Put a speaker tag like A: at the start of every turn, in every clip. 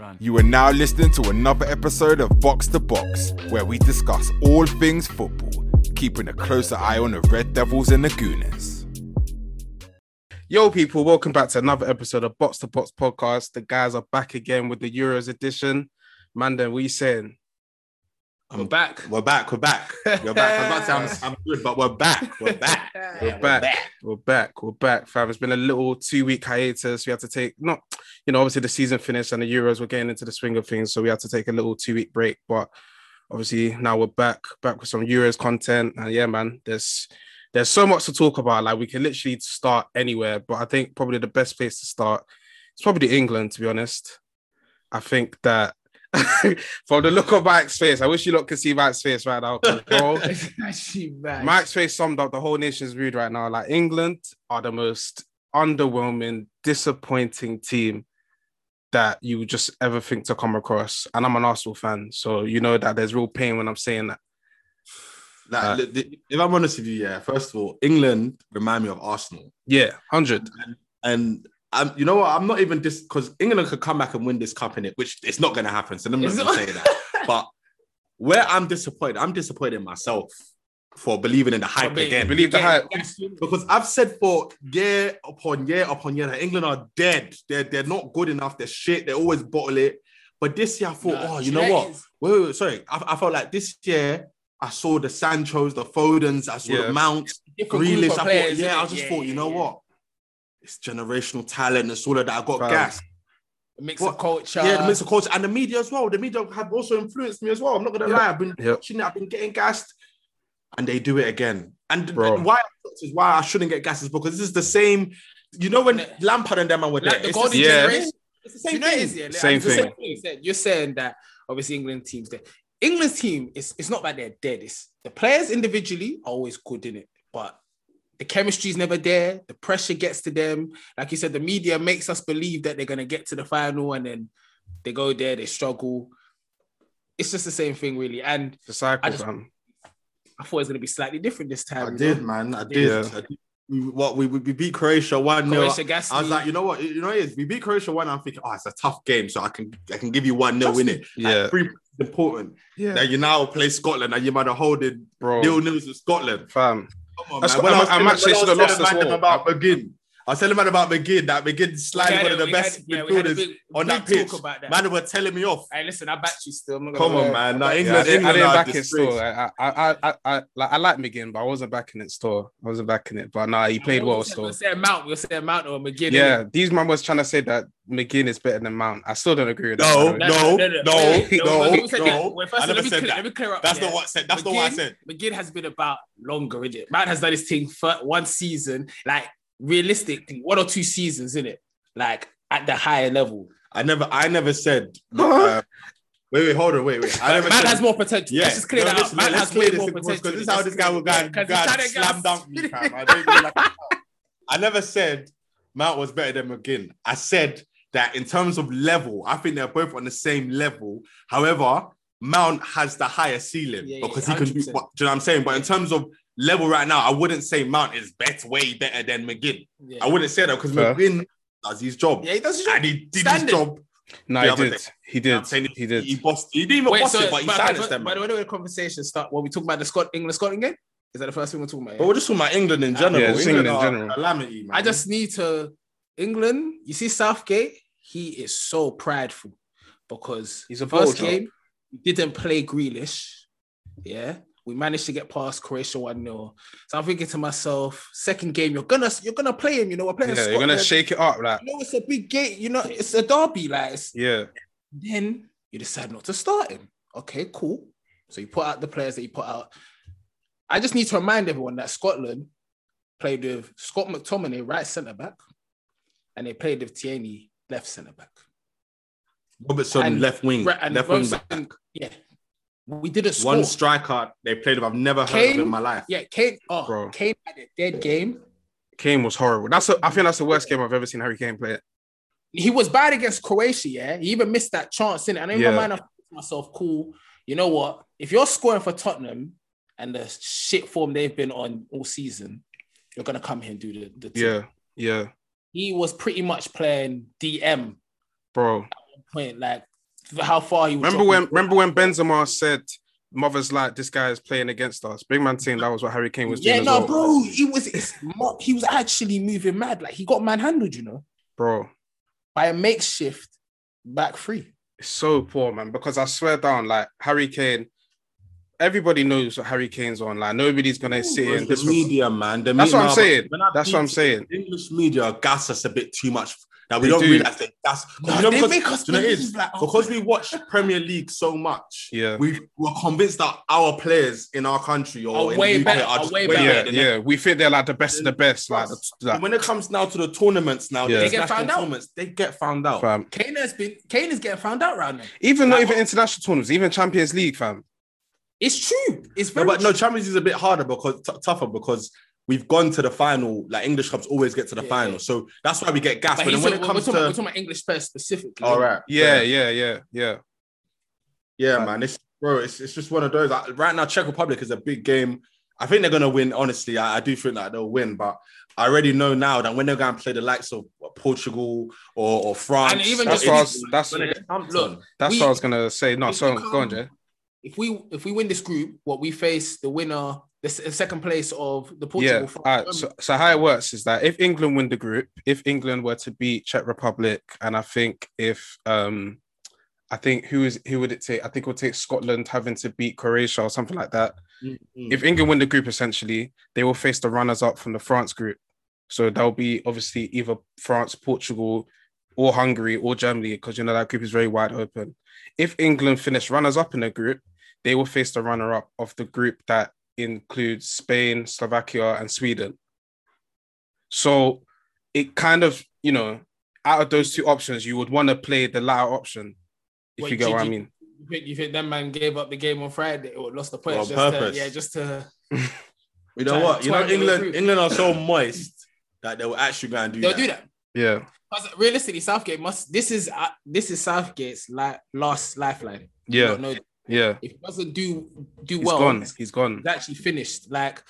A: Run.
B: You are now listening to another episode of Box to Box, where we discuss all things football, keeping a closer eye on the Red Devils and the Gooners.
C: Yo, people, welcome back to another episode of Box to Box Podcast. The guys are back again with the Euros edition. Mandan, what you saying?
D: I'm back. We're back. We're back. We're back. I was about to say I'm, I'm good, but we're back. We're back.
C: We're
D: Yeah,
C: back. We're back. We're back, fam. It's been a little two week hiatus. We had to take, not, you know, obviously the season finished and the Euros were getting into the swing of things. So we had to take a little two week break. But obviously now we're back, back with some Euros content. And yeah, man, there's, there's so much to talk about. Like we can literally start anywhere. But I think probably the best place to start is probably England, to be honest. I think that. From the look of Mike's face, I wish you lot could see Mike's face right now. 'cause, bro, Mike's face summed up the whole nation's mood right now. Like England are the most underwhelming, disappointing team that you would just ever think to come across. And I'm an Arsenal fan, so you know that there's real pain when I'm saying that.
D: Like,
C: Uh,
D: look, th- if I'm honest with you, yeah. First of all, England remind me of Arsenal,
C: Yeah, hundred.
D: and um, you know what? I'm not even dis because England could come back and win this cup in it, which it's not going to happen. So I'm not
E: It's
D: going
E: not-
D: to say that. But where I'm disappointed, I'm disappointed in myself for believing in the hype again.
C: Believe the hype.
D: Because I've said for year upon year upon year that England are dead. They're, they're not good enough. They're shit. They always bottle it. But this year I thought, oh, you know what? Wait, wait, wait, sorry. I, I felt like this year I saw the Sanchos, the Fodens, I saw
C: Yeah.
D: the Mounts,
E: Different group
D: Grealish.
E: of
D: I thought,
E: players,
D: yeah, I
E: innit?
D: just
E: Yeah,
D: thought, you
E: yeah,
D: know
E: yeah.
D: what? It's generational talent. It's all of that. I got
C: Fam.
D: gas.
E: A mix
D: What?
E: of culture.
D: Yeah, the mix of culture and the media as well. The media have also influenced me as well. I'm not gonna
C: Yeah.
D: lie. I've been
C: Yeah.
D: watching it. I've been getting gassed, and they do it again. And th-
C: Bro.
D: why is why I shouldn't get gassed is because this is the same. You know when
E: Yeah.
D: Lampard and them man were there.
E: Like the
D: it's
E: golden
D: the,
C: yeah.
E: generation.
D: it's
E: You
D: the same
E: know it
D: thing.
E: is, yeah? Like,
C: Same
E: it's the
C: thing.
E: you said. You're saying that obviously England teams dead. England's team is it's not that they're dead. It's the players individually are always good in it, but the chemistry's never there. The pressure gets to them. Like you said, the media makes us believe that they're gonna get to the final, and then they go there, they struggle. It's just the same thing, really. And
C: The cycle,
E: I just-
C: fam.
E: I thought it was gonna be slightly different this time.
D: I
E: you
D: did,
E: know?
D: man. I did.
C: Yeah.
D: I did. We, what we, we we beat Croatia one 0
E: Croatia, Gasly.
D: I was like, you know what, you know, what it is we beat Croatia one. I'm thinking, oh, it's a tough game, so I can I can give you one nil in it.
C: Yeah.
D: three points is important.
C: Yeah.
D: Now you now play Scotland, and you might have holding
C: Bro,
D: nil nils with Scotland.
C: fam.
D: Come on,
C: Oh. That's
D: man.
C: what-
D: When
C: I'm- I'm
D: telling-
C: actually
D: when
C: should have
D: telling
C: lost this
D: man them
C: war.
D: about McGinn. I was telling man about McGinn that McGinn's
E: We
D: slightly
E: had
D: one of
E: a-
D: the
E: we
D: best
E: had- yeah, we had a
D: midfielders
E: big-
D: on
E: big
D: that pitch.
E: talk about that.
D: Man, were telling me off.
E: Hey, listen, I backed you still. I'm not gonna
D: Come
E: lie.
D: on, man. Now,
C: Yeah,
E: I backed
C: I
D: England,
C: didn't, I
D: England
C: didn't
D: are
C: back it
D: disgraced.
C: still. I, I, I, I, I, like, I like McGinn, but I wasn't backing it still. I wasn't backing it. But nah, he played well still.
E: We'll say Mount. We'll say Mount or McGinn.
C: Yeah, these man was trying to say that McGinn is better than Mount. I still don't agree with that. by the
D: No,
C: way.
D: no. no, no,
E: Wait, wait,
D: no.
E: wait,
D: I
E: first of all,
D: never
E: Let me
D: said
E: clear-
D: that.
E: let me clear up.
D: That's
E: yeah.
D: not what I said. That's not what I said.
E: McGinn has been about longer, is it? Mount has done his thing for one season, like realistically, one or two seasons, in it, like at the higher level.
D: I never, I never said.
C: Huh?
D: uh, wait, wait, hold on, wait, wait. I
E: Man
D: never said.
E: has more potential.
D: Yeah.
E: Let's just clear
D: No,
E: that
D: listen,
E: up. Man
D: let's
E: has
D: clear
E: way
D: this
E: more
D: in-
E: potential.
D: Because this is
E: Let's
D: how
E: just
D: this guy
E: clear
D: will go
E: it up,
D: and go
E: 'cause he's
D: and
E: trying to get
D: slam
E: us-
D: dunk me, fam. I, don't even like that. I never said Mount was better than McGinn. I said that in terms of level, I think they're both on the same level. However, Mount has the higher ceiling
E: Yeah, yeah,
D: because he can do.
E: 100%.
D: What, do you know what I'm saying? But in terms of level right now, I wouldn't say Mount is better, way better than McGinn.
E: Yeah.
D: I wouldn't say that because
C: Fair.
D: McGinn does his job.
E: Yeah, he does his job.
D: And he did
E: Standard.
D: his job.
C: No,
D: the
C: he
D: other
C: did.
D: day.
C: He
D: You know what I'm
C: did.
D: saying?
C: He did.
D: He bossed. He didn't even
E: Wait,
D: boss
E: so,
D: it, but he
E: but-
D: silenced
E: but-
D: them.
E: But when the conversation start, when we talk about the Scot England Scotland game, is that the first thing we're talking about? yeah?
D: But we're just talking about England in general.
C: Yeah, just
D: England,
C: England in
D: are
C: general.
D: a calamity, man.
E: I just need to England. You see Southgate, he is so prideful because
C: He's a
E: first
C: vulture.
E: game we didn't play Grealish. Yeah, we managed to get past Croatia one 0 So I'm thinking to myself, second game you're gonna you're gonna play him. You know we're playing.
C: Yeah, you're gonna
E: Scotland.
C: shake it up, like
E: You know it's a big game. You know it's a derby. Like it's-
C: yeah.
E: then you decide not to start him. Okay, cool. So you put out the players that you put out. I just need to remind everyone that Scotland played with Scott McTominay, right centre back, and they played with Tierney, left centre back.
D: Robertson
E: and-
D: left wing,
E: Right, and
D: Hmm, left wing
E: Robertson-
D: back.
E: Yeah, we didn't score.
D: One striker they played with. I've never heard
E: Kane?
D: of in my life.
E: yeah, Kane. Oh,
C: Bro.
E: Kane had a dead game.
C: Kane was horrible. That's a, I think that's the worst game I've ever seen Harry Kane play.
E: He was bad against Croatia. Yeah, he even missed that chance in it. And in
C: Yeah.
E: my mind, I thought to myself, cool. You know what? If you're scoring for Tottenham and the shit form they've been on all season, you're gonna come here and do the, the
C: Yeah, yeah,
E: he was pretty much playing DM
C: bro.
E: point. Like how far he. would
C: Remember
E: drop
C: when?
E: people.
C: Remember when Benzema said, "Mother's like this guy is playing against us." Big man saying that was what Harry Kane was
E: Yeah,
C: doing.
E: no,
C: as well.
E: bro, he was it's, mo- he was actually moving mad. Like he got manhandled, you know,
C: bro.
E: by a makeshift back three.
C: It's so poor, man. Because I swear down, like Harry Kane, everybody knows what Harry Kane's on. Like nobody's gonna sit
D: It's
C: in
D: the
C: this.
D: media, man. The
C: That's
D: media-
C: what I'm
D: nah,
C: saying.
D: but when I
C: That's what I'm
D: peeped,
C: saying.
D: the English media gas us a bit too much. Now we
C: They
D: don't
C: do.
D: realize they gas.
E: No,
D: you know,
E: they
D: because,
E: make us
D: you know it is?
E: believe, like, oh.
D: because we watch Premier League so much.
C: Yeah.
D: we we're convinced that our players in our country or
E: Are
D: in
E: way
D: the UK
E: better,
D: are
E: are
D: just
E: way
D: way
E: better.
D: better.
C: Yeah,
D: than them.
C: yeah. We think they're like the best of the best. Like, the-
D: But
C: like
D: when it comes now to the tournaments, now
C: Yeah.
D: the
C: They
E: get
D: international
E: found out.
D: tournaments, they get found out.
C: fam.
E: Kane has been Kane is getting found out right now.
C: Even not even international tournaments, even Champions League, fam.
E: It's true. It's
D: No,
E: very
D: but no,
E: true.
D: Champions League is a bit harder because t- tougher because we've gone to the final. Like English clubs always get to the
E: Yeah,
D: final,
E: yeah.
D: so that's why we get gas.
E: But
D: But,
E: he's
D: then when
E: talking-
D: it
E: we're,
D: comes
E: talking,
D: to
E: we're talking about English players specifically.
D: all right,
C: Yeah, yeah, yeah, yeah.
D: Yeah,
C: Like-
D: man. It's bro, it's, it's just one of those. Like, right now, Czech Republic is a big game. I think they're gonna win. Honestly, I, I do think that they'll win, but I already know now that when they're gonna play the likes of Portugal or, or France,
E: And even
C: That's
E: just-
C: what I was, that's
D: when they get Hampton,
E: Look,
C: that's
E: we-
C: what I was gonna say. No,
E: if
C: so
E: we
C: go on,
E: come-
C: Jay.
E: If we if we win this group, what we face the winner, the s- second place of the Portugal.
C: Yeah.
E: France,
C: All right.
E: Germany.
C: So, so how it works is that if England win the group, if England were to beat Czech Republic, and I think if um, I think who is who would it take? I think it would take Scotland having to beat Croatia or something like that.
E: Mm-hmm.
D: Mm.
C: If England win the group, essentially they will face the runners up from the France group. So that'll be obviously either France, Portugal, or Hungary or Germany, because you know that group is very wide open. If England finish runners up in the group, they will face the runner up of the group that includes Spain, Slovakia, and Sweden. So it kind of, you know, out of those two options, you would want to play the latter option, if
E: Wait,
C: you get
E: did
C: what I
E: you-
C: mean.
E: You think, you think that man gave up the game on Friday or lost the
D: On
E: points? just To,
D: purpose.
E: yeah, just to.
D: you know
E: Try-
D: what? You know
E: try and
D: England.
E: recruit.
D: England are so moist that they will actually go and do
E: They'll
D: that.
E: do that.
C: Yeah.
E: Because realistically, Southgate must. This is uh, this is Southgate's li- last lifeline. You
C: Yeah.
E: don't know-
C: Yeah.
E: if he doesn't do do
C: He's
E: well,
C: gone.
E: he's
C: He's gone.
E: actually finished. Like,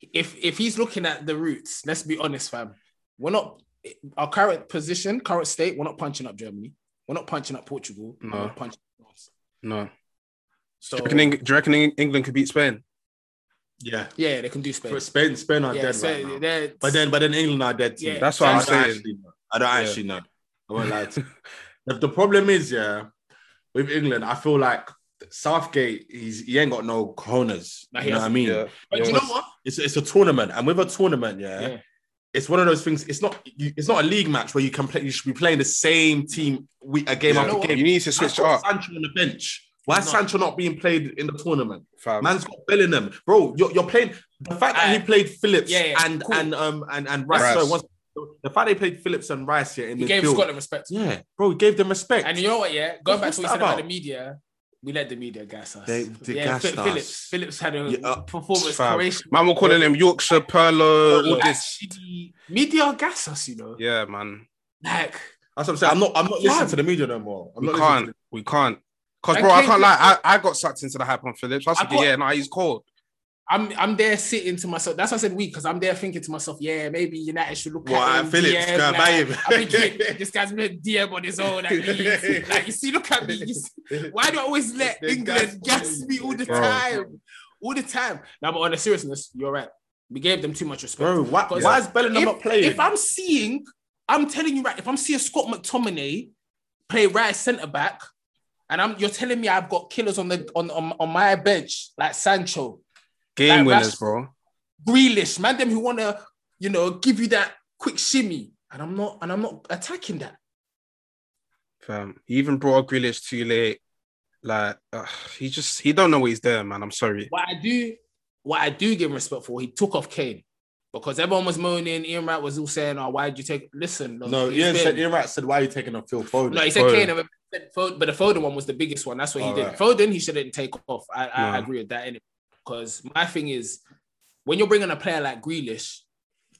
E: if if he's looking at the roots, let's be honest, fam. We're not our current position, current state. We're not punching up Germany. We're not punching up Portugal.
C: No.
E: We're not punching up us.
C: No.
E: So
C: Do you reckon, Eng- do you reckon Eng- England could beat Spain?
D: Yeah,
E: yeah, they can do Spain.
D: For Spain, Spain are
E: Yeah,
D: dead
E: so
D: right now.
E: they're-
D: But then, but then England are dead too.
E: Yeah.
C: That's what I'm
D: I don't
C: saying.
D: actually know. I don't actually know. I won't lie to you. the, the problem is, yeah, with England, I feel like Southgate, he's, he ain't got no corners.
E: Nah, he
D: you know what I mean?
C: Yeah.
E: but
C: yeah.
E: you know what?
D: It's, it's a tournament. And with a tournament, yeah,
E: Yeah.
D: it's one of those things. It's not you, it's not a league match where you can play, you should be playing the same team week, a game
C: Yeah.
E: You know
D: after
E: what?
D: game.
C: You need to switch it
D: Man's
C: up,
D: got Sancho on the bench. Why is
E: No.
D: Sancho not being played in the tournament?
C: fam.
D: Man's got Bellingham, bro. You're, you're playing the fact that
E: Aye.
D: he played Phillips
E: Yeah, yeah,
D: and
E: cool.
D: and um and and Rice.
C: Rice.
D: sorry, once- the fact they played Phillips and Rice here in
E: He
D: the
E: gave
D: field,
E: Scotland respect.
D: yeah, bro, he gave them respect.
E: And you know what? Yeah, going back
D: What's
E: to what you
D: that
E: said about?
D: about?
E: the media, we let the media gas us.
D: They- they
E: yeah,
D: gassed
E: Phil-
D: us.
E: Phillips. Phillips had a
D: Yeah, uh,
E: performance.
C: fam.
E: Croatia.
C: Man, we're calling him Yorkshire, Perlo, all this.
E: Actually, media gas us, you know.
C: Yeah, man.
E: Like,
D: That's what I'm saying. I'm not. I'm not listening
E: Fam.
D: to the media no more. I'm
C: We
D: not
C: can't.
D: listening
C: We can't. Because,
E: And
C: bro, I
E: Kane-
C: can't lie. I, I got sucked into the hype on Phillips. I was
E: I
C: thinking,
E: got-
C: yeah, no, he's cold.
E: I'm I'm there sitting to myself. That's why I said we, because I'm there thinking to myself, yeah, maybe United should look
D: Well,
E: at
D: uh,
E: him,
D: Phillips,
E: DM,
D: go
E: like,
D: buy him.
E: I think he- this guy's made DM on his own. Like, he's- like, you see, look at me. you see-
D: to
E: why do I always let
D: They
E: England
D: gas
E: gas
D: me.
E: me all the
C: Bro.
E: time? All the time. Now, but on a seriousness, you're right. We gave them too much respect.
D: bro. Why,
E: Because
D: why is Bellingham
E: if,
D: not playing?
E: if I'm seeing, I'm telling you right, if I'm seeing Scott McTominay play right centre back, and I'm you're telling me I've got killers on the on on, on my bench like Sancho,
C: Game
E: Like,
C: winners,
E: Rash-
C: bro.
E: Grealish, man, them who wanna you know give you that quick shimmy, and I'm not and I'm not attacking that.
C: Fam. He even brought Grealish too late. Like, ugh, he just, he don't know what he's doing, man. I'm sorry.
E: What I do, what I do give him respect for, he took off Kane. Because everyone was moaning, Ian Wright was all saying, "Oh, why did you take?" Listen, look,
D: no,
E: it's
D: Ian
E: been-
D: said. Ian Wright said, "Why are you taking off Phil Foden?"
E: No, he said
C: Foden.
E: Kane, and he said Foden, but the Foden one was the biggest one. That's what he
D: All
E: did.
D: right.
E: Foden, he shouldn't take off. I, I
C: No.
E: agree with that. Because my thing is, when you're bringing a player like Grealish,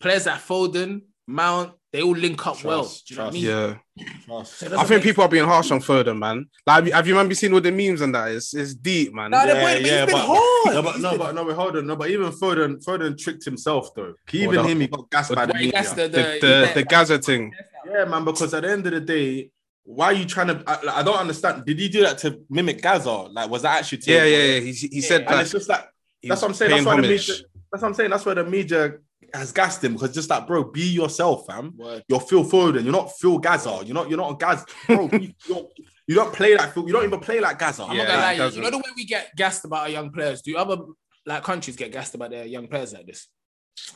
E: players like Foden, Mount, they all link up
D: Trust,
E: well. Do you know what I
D: trust.
E: mean?
C: Yeah.
E: So it
C: I
E: doesn't
C: think
E: make-
C: people are being harsh on Foden, man. Like, have you, have you man, seen all the memes and that? It's, it's deep, man.
E: No,
D: Yeah,
E: yeah, but he's
D: yeah,
E: been
D: but-
E: hard.
D: No, but
E: He's
D: no,
E: been-
D: but no, but hold on, no, but even Foden, Foden tricked himself though.
C: Hold
D: Even
C: on.
D: him, he got gassed by the
E: Wait, that's
D: media.
E: the, the,
C: The, the, the Gaza thing.
D: Yeah, man, because at the end of the day, why are you trying to? I, like, I don't understand. Did he do that to mimic Gaza? Like, was that actually? To
C: Yeah, yeah, yeah. He, he said
D: And
C: that.
D: it's just like
C: he
D: that's what I'm
C: was
D: saying.
C: paying
D: That's why the
C: homage.
D: media, that's what I'm saying. That's where the media has gassed him because just like, bro, be yourself, fam.
E: Word.
D: You're Phil Foden. You're not Phil Gaza. You're not. You're not a Gaza, bro. you, don't, you don't play like Phil. You don't even play like Gaza.
E: I'm
C: Yeah,
E: not gonna
C: it
E: lie, you. you
C: doesn't.
E: know the way we get gassed about our young players. Do other like countries get gassed about their young players like this?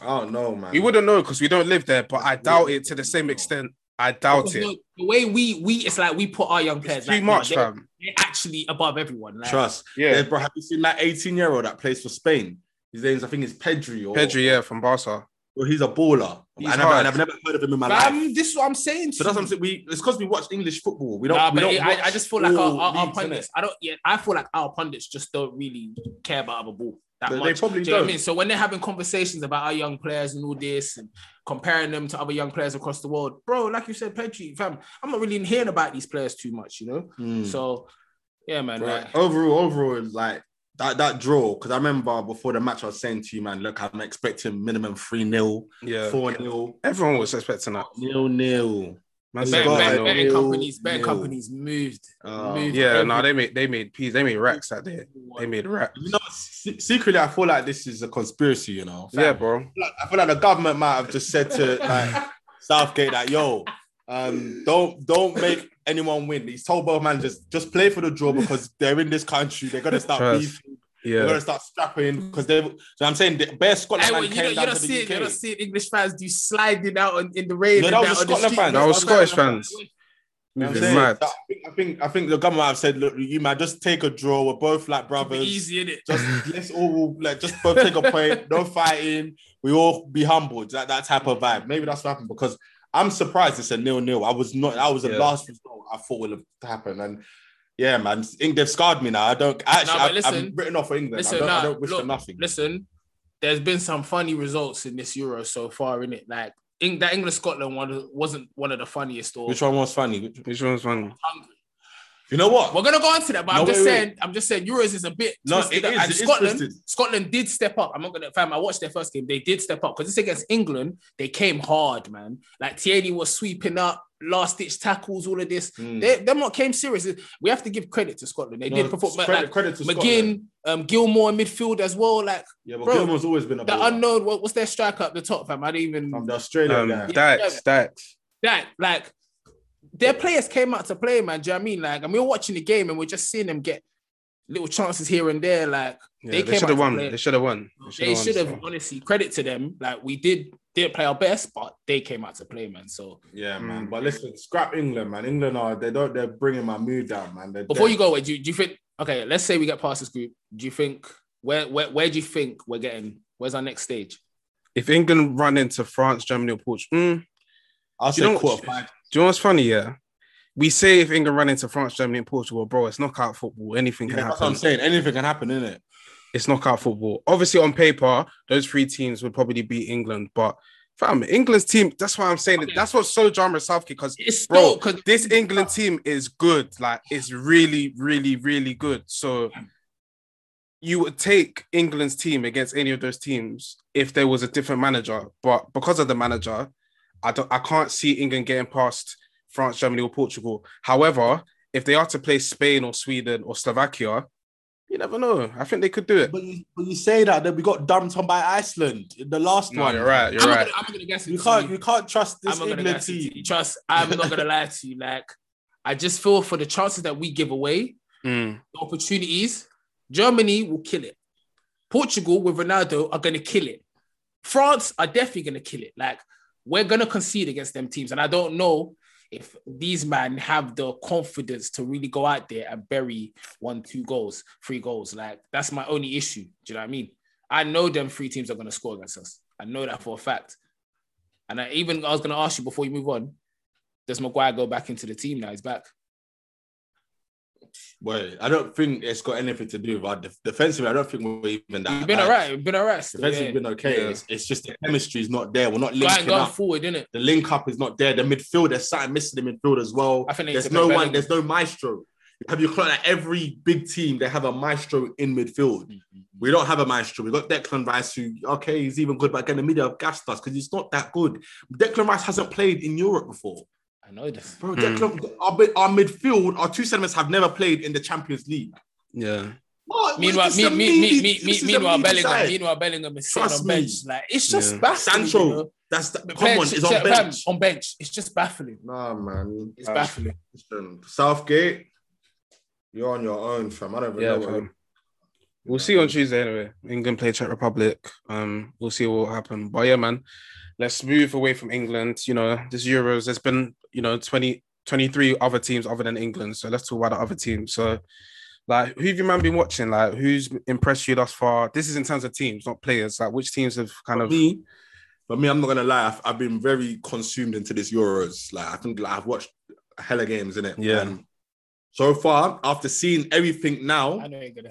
D: I don't know, man.
C: We wouldn't know because we don't live there, but I doubt it to the same extent. I doubt
E: Because,
C: it.
E: you know, the way we we it's like we put our young players
C: It's
E: like,
C: too
E: no,
C: much,
E: they're,
C: fam.
E: they're actually above everyone. Like,
D: trust. Yeah,
C: Yeah.
D: bro. Have you seen that 18 year old that plays for Spain? His name's I think it's Pedri.
E: Oh.
D: Or,
C: Pedri, yeah, from Barca.
D: Well, he's a baller.
C: He's
D: I never,
C: hard.
D: and I've never heard of him in my life.
E: Fam, um, this is what I'm saying. to
D: So that's what
E: you.
D: I'm saying. We it's because we watch English football. We don't.
E: Nah,
D: we
E: but
D: don't
E: it- I,
D: watch
E: I just feel like our,
D: all
E: our, our
D: leagues, innit?
E: pundits. I don't. Yeah, I feel like our pundits just don't really care about other ball that
D: They- they
E: much.
D: probably
E: Do you know what I
D: don't.
E: mean? So when they're having conversations about our young players and all this and comparing them to other young players across the world, bro, like you said, Pedri, fam, I'm not really hearing about these players too much, you know.
D: Mm.
E: So yeah, man.
D: Right. Oh,
E: like-
D: Overall, overall, like that that draw. Because I remember before the match, I was saying to you, man, look, I'm expecting minimum three 0
C: Yeah.
D: four 0
C: Everyone was expecting that.
D: nil nil.
C: Man said
E: Betting,
D: God,
E: betting,
C: no.
E: betting
D: no,
E: companies, betting
D: no.
E: companies moved.
D: Uh,
E: Moved
C: Yeah, no,
E: everyone.
C: they made they made peas. They made racks that day. They made racks.
D: you know, se- secretly, I feel like this is a conspiracy. You know,
C: Yeah, bro.
D: like, I feel like the government might have just said to like Southgate that yo, um, don't don't make anyone win. He's told both managers just play for the draw because they're in this country. They're gonna start
C: Trust.
D: beefing. They're
C: Yeah.
D: gonna start strapping because they. So I'm saying the best Scotland
E: Hey, well,
D: man
E: you
D: came
E: don't, you
D: down
E: don't
D: to
E: see
D: the
E: it. You don't
D: UK.
E: see it. English fans do sliding out on, in the rain.
D: No,
E: and
D: that was
E: out on the
D: Scotland
E: street.
D: fans.
C: That was Scottish fans.
D: You know what
C: Moving
D: I'm saying?
C: mad.
D: I think, I think I think the government have said, look, you might just take a draw. We're both like brothers.
E: Easy, innit?
D: Just let's all like just both take a point, no fighting. We all be humbled. That that type of vibe. Maybe that's what happened because I'm surprised it's a nil nil. I was not. I was the
C: Yeah.
D: last result I thought would have happened. And yeah, man, England they've scarred me now. I don't actually.
E: Nah, but
D: I,
E: listen.
D: I'm written off for England.
E: Listen,
D: I, don't, I
E: nah,
D: don't wish
E: look,
D: for nothing.
E: Listen, there's been some funny results in this Euro so far, innit? Like in, that England Scotland one wasn't one of the funniest. Or
D: Which one was funny? Which-
C: Which one's funny?
E: Hungary.
D: You know what?
E: We're gonna go on to that, but
D: No,
E: I'm just
D: wait, wait.
E: saying, I'm just saying, Euros is a bit.
D: No,
E: twisted
D: it
E: up.
D: is,
E: And
D: it is
E: Scotland,
D: twisted.
E: Scotland did step up. I'm not gonna, fam. I watched their first game. They did step up because it's against England. They came hard, man. Like Tierney was sweeping up, last ditch tackles, all of this.
D: Mm.
E: They, them not came serious. We have to give credit to Scotland. They
D: No,
E: did perform.
D: credit,
E: like,
D: credit to Scotland.
E: McGinn, um, Gilmore in midfield as well. Like
D: Yeah, but
E: Bro,
D: Gilmore's always been a
E: the
D: baller.
E: unknown, what, what's their striker up the top, fam? I don't even
D: From the Australian
C: Um,
D: guy.
C: Dax, Dax.
E: that like their players came out to play, man. Do you know what I mean? Like, and we were watching the game and we're just seeing them get little chances here and there. Like
C: Yeah,
E: They
C: they
E: came
C: should
E: out to
C: have won.
E: play.
C: They should have won.
E: they
C: won,
E: should have
C: so.
E: honestly credit to them. Like we did didn't play our best, but they came out to play, man. So
D: Yeah, man. But listen, scrap England, man. England are they don't they're bringing my mood down, man. They're
E: before
D: dead.
E: you go away, do you, do you think okay, let's say we get past this group. Do you think where where where do you think we're getting? Where's our next stage?
C: If England run into France, Germany, or Portugal, mm,
D: I'll
C: you know
D: say
C: what-
D: quarter five.
C: do you know what's funny? Yeah, we say if England run into France, Germany, and Portugal, bro, it's knockout football. Anything
D: Yeah,
C: can
D: that's what
C: happen.
D: I'm saying. Anything can happen, isn't it?
C: it's knockout football. Obviously, on paper, those three teams would probably beat England, but fam, England's team. That's why I'm saying that. That's what's so drama Southgate because
E: It's
C: Bro,
E: still because
C: this England team is good. Like it's really, really, really good. So you would take England's team against any of those teams if there was a different manager. But because of the manager, I don't I can't see England getting past France, Germany, or Portugal. However, if they are to play Spain or Sweden or Slovakia, you never know. I think they could do it.
D: But you, but you say that that we got dumped on by Iceland in the last
C: No,
D: one.
C: you're right. You're
E: I'm,
C: right.
E: not gonna, I'm not gonna guess.
D: You
E: until
D: can't
E: you-
D: you can't trust
E: I'm
D: this
E: not gonna
D: England
E: lie to
D: team.
E: you. Trust, I'm not gonna lie to you. Like, I just feel for the chances that we give away,
C: Mm.
E: the opportunities, Germany will kill it. Portugal with Ronaldo are gonna kill it. France are definitely gonna kill it. Like, we're gonna concede against them teams, and I don't know if these men have the confidence to really go out there and bury one, two goals, three goals. Like, that's my only issue. Do you know what I mean? I know them three teams are gonna score against us. I know that for a fact. And I even I was gonna ask you before you move on, does Maguire go back into the team now? He's back.
D: Well, I don't think it's got anything to do with our def- defensively. I don't think we're even that.
E: You've been
D: bad.
E: all right. You've been all right. still,
D: Defensively,
E: yeah.
D: we've been okay.
C: Yeah.
D: It's, it's just the chemistry is not there. We're not
E: Going,
D: linking
E: going
D: up.
E: forward, innit?
D: The link up is not there. The midfield, there's something missing in the midfield as well.
E: I think they
D: there's
E: took
D: no
E: a
D: one.
E: Bellingham.
D: There's no maestro. Have you clocked that every big team they have a maestro in midfield?
E: Mm-hmm.
D: We don't have a maestro. We got Declan Rice, who okay, he's even good, but again, the media have gassed us because he's not that good. Declan Rice hasn't played in Europe before.
E: I know this.
D: Bro, their club- our, mid- our midfield, our two centers have never played in the Champions League.
C: Yeah.
D: Oh, it was
E: Meanwhile,
D: just
E: me,
D: a
E: me, me,
D: meaty-
E: me,
D: this
E: me,
D: is a
E: meanwhile,
D: meaty
E: Bellingham,
D: side.
E: meanwhile, Bellingham is sitting
D: Trust
E: on
D: me.
E: bench. Like it's just
C: Yeah.
E: baffling.
D: Sancho,
E: you know?
D: that's the, come
E: Players-
D: on, it's on
E: fam,
D: bench.
E: on bench. It's just baffling.
A: Nah, man.
E: It's
A: Uh,
E: baffling.
A: listen, Southgate, you're on your own, fam. I don't even know.
C: Yeah,
A: what-
C: fam. We'll see on Tuesday anyway. England play Czech Republic. Um, we'll see what will happen. But yeah, man, let's move away from England. You know, this Euros, there's been, you know, 20, 23 other teams other than England. So let's talk about the other teams. So, like, who have you, man, been watching? Like, who's impressed you thus far? This is in terms of teams, not players. Like, which teams have kind of. oh
D: me, but me, I'm not gonna lie. I've, I've been very consumed into this Euros. Like I think like, I've watched hella games in it.
C: Yeah.
D: so far, after seeing everything now,
E: I know you're gonna.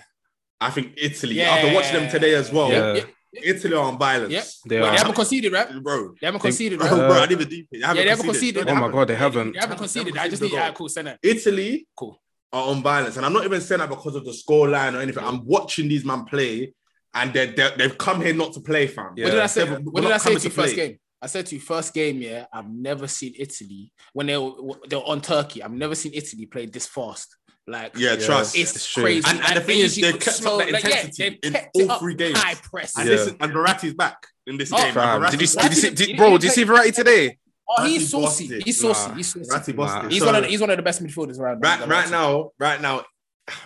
D: I think Italy. After watching them today as well,
C: Yeah.
D: Italy are on violence.
E: Yep.
C: They
E: Wait,
C: are.
E: they haven't conceded, right?
D: bro.
E: They haven't
C: They-
E: conceded,
D: Bro,
E: right?
D: bro, I didn't even deep it.
E: Yeah, they haven't conceded.
D: conceded.
C: Oh my God, they haven't.
E: They haven't conceded. I just need.
D: conceded a
E: Yeah,
D: goal.
E: cool. Send that.
D: Italy
E: Cool.
D: are on violence. And I'm not even saying that because of the scoreline or anything. I'm watching these man play and they're, they're, they've come here not to play, fam.
C: Yeah.
E: What did I say?
D: They've- we're
E: What did
D: not
E: I say
D: coming
E: to you
D: play.
E: first game? I said to you first game, yeah, I've never seen Italy when they were, they were on Turkey. I've never seen Italy play this fast. Like,
D: Yeah, trust.
E: it's,
C: it's true.
E: crazy.
D: And- and the thing is,
E: energy
D: they've
E: was
D: kept up that
E: like,
D: intensity
E: they've
D: in
E: kept
D: all
E: it up
D: three games.
E: High press.
D: And
C: Yeah.
D: this is and Verratti's back in this
E: Oh,
D: game.
C: Fam,
D: Verratti-
C: did you, did you see,
E: Verratti-
C: did- bro, did you see Verratti today?
E: Oh, he's
D: Verratti
E: saucy.
D: busted.
E: He's saucy.
C: Nah.
E: He's saucy.
D: Verratti busted.
C: Nah.
E: He's
D: So,
E: one of the, he's one of the best midfielders around.
D: right, right now, right now,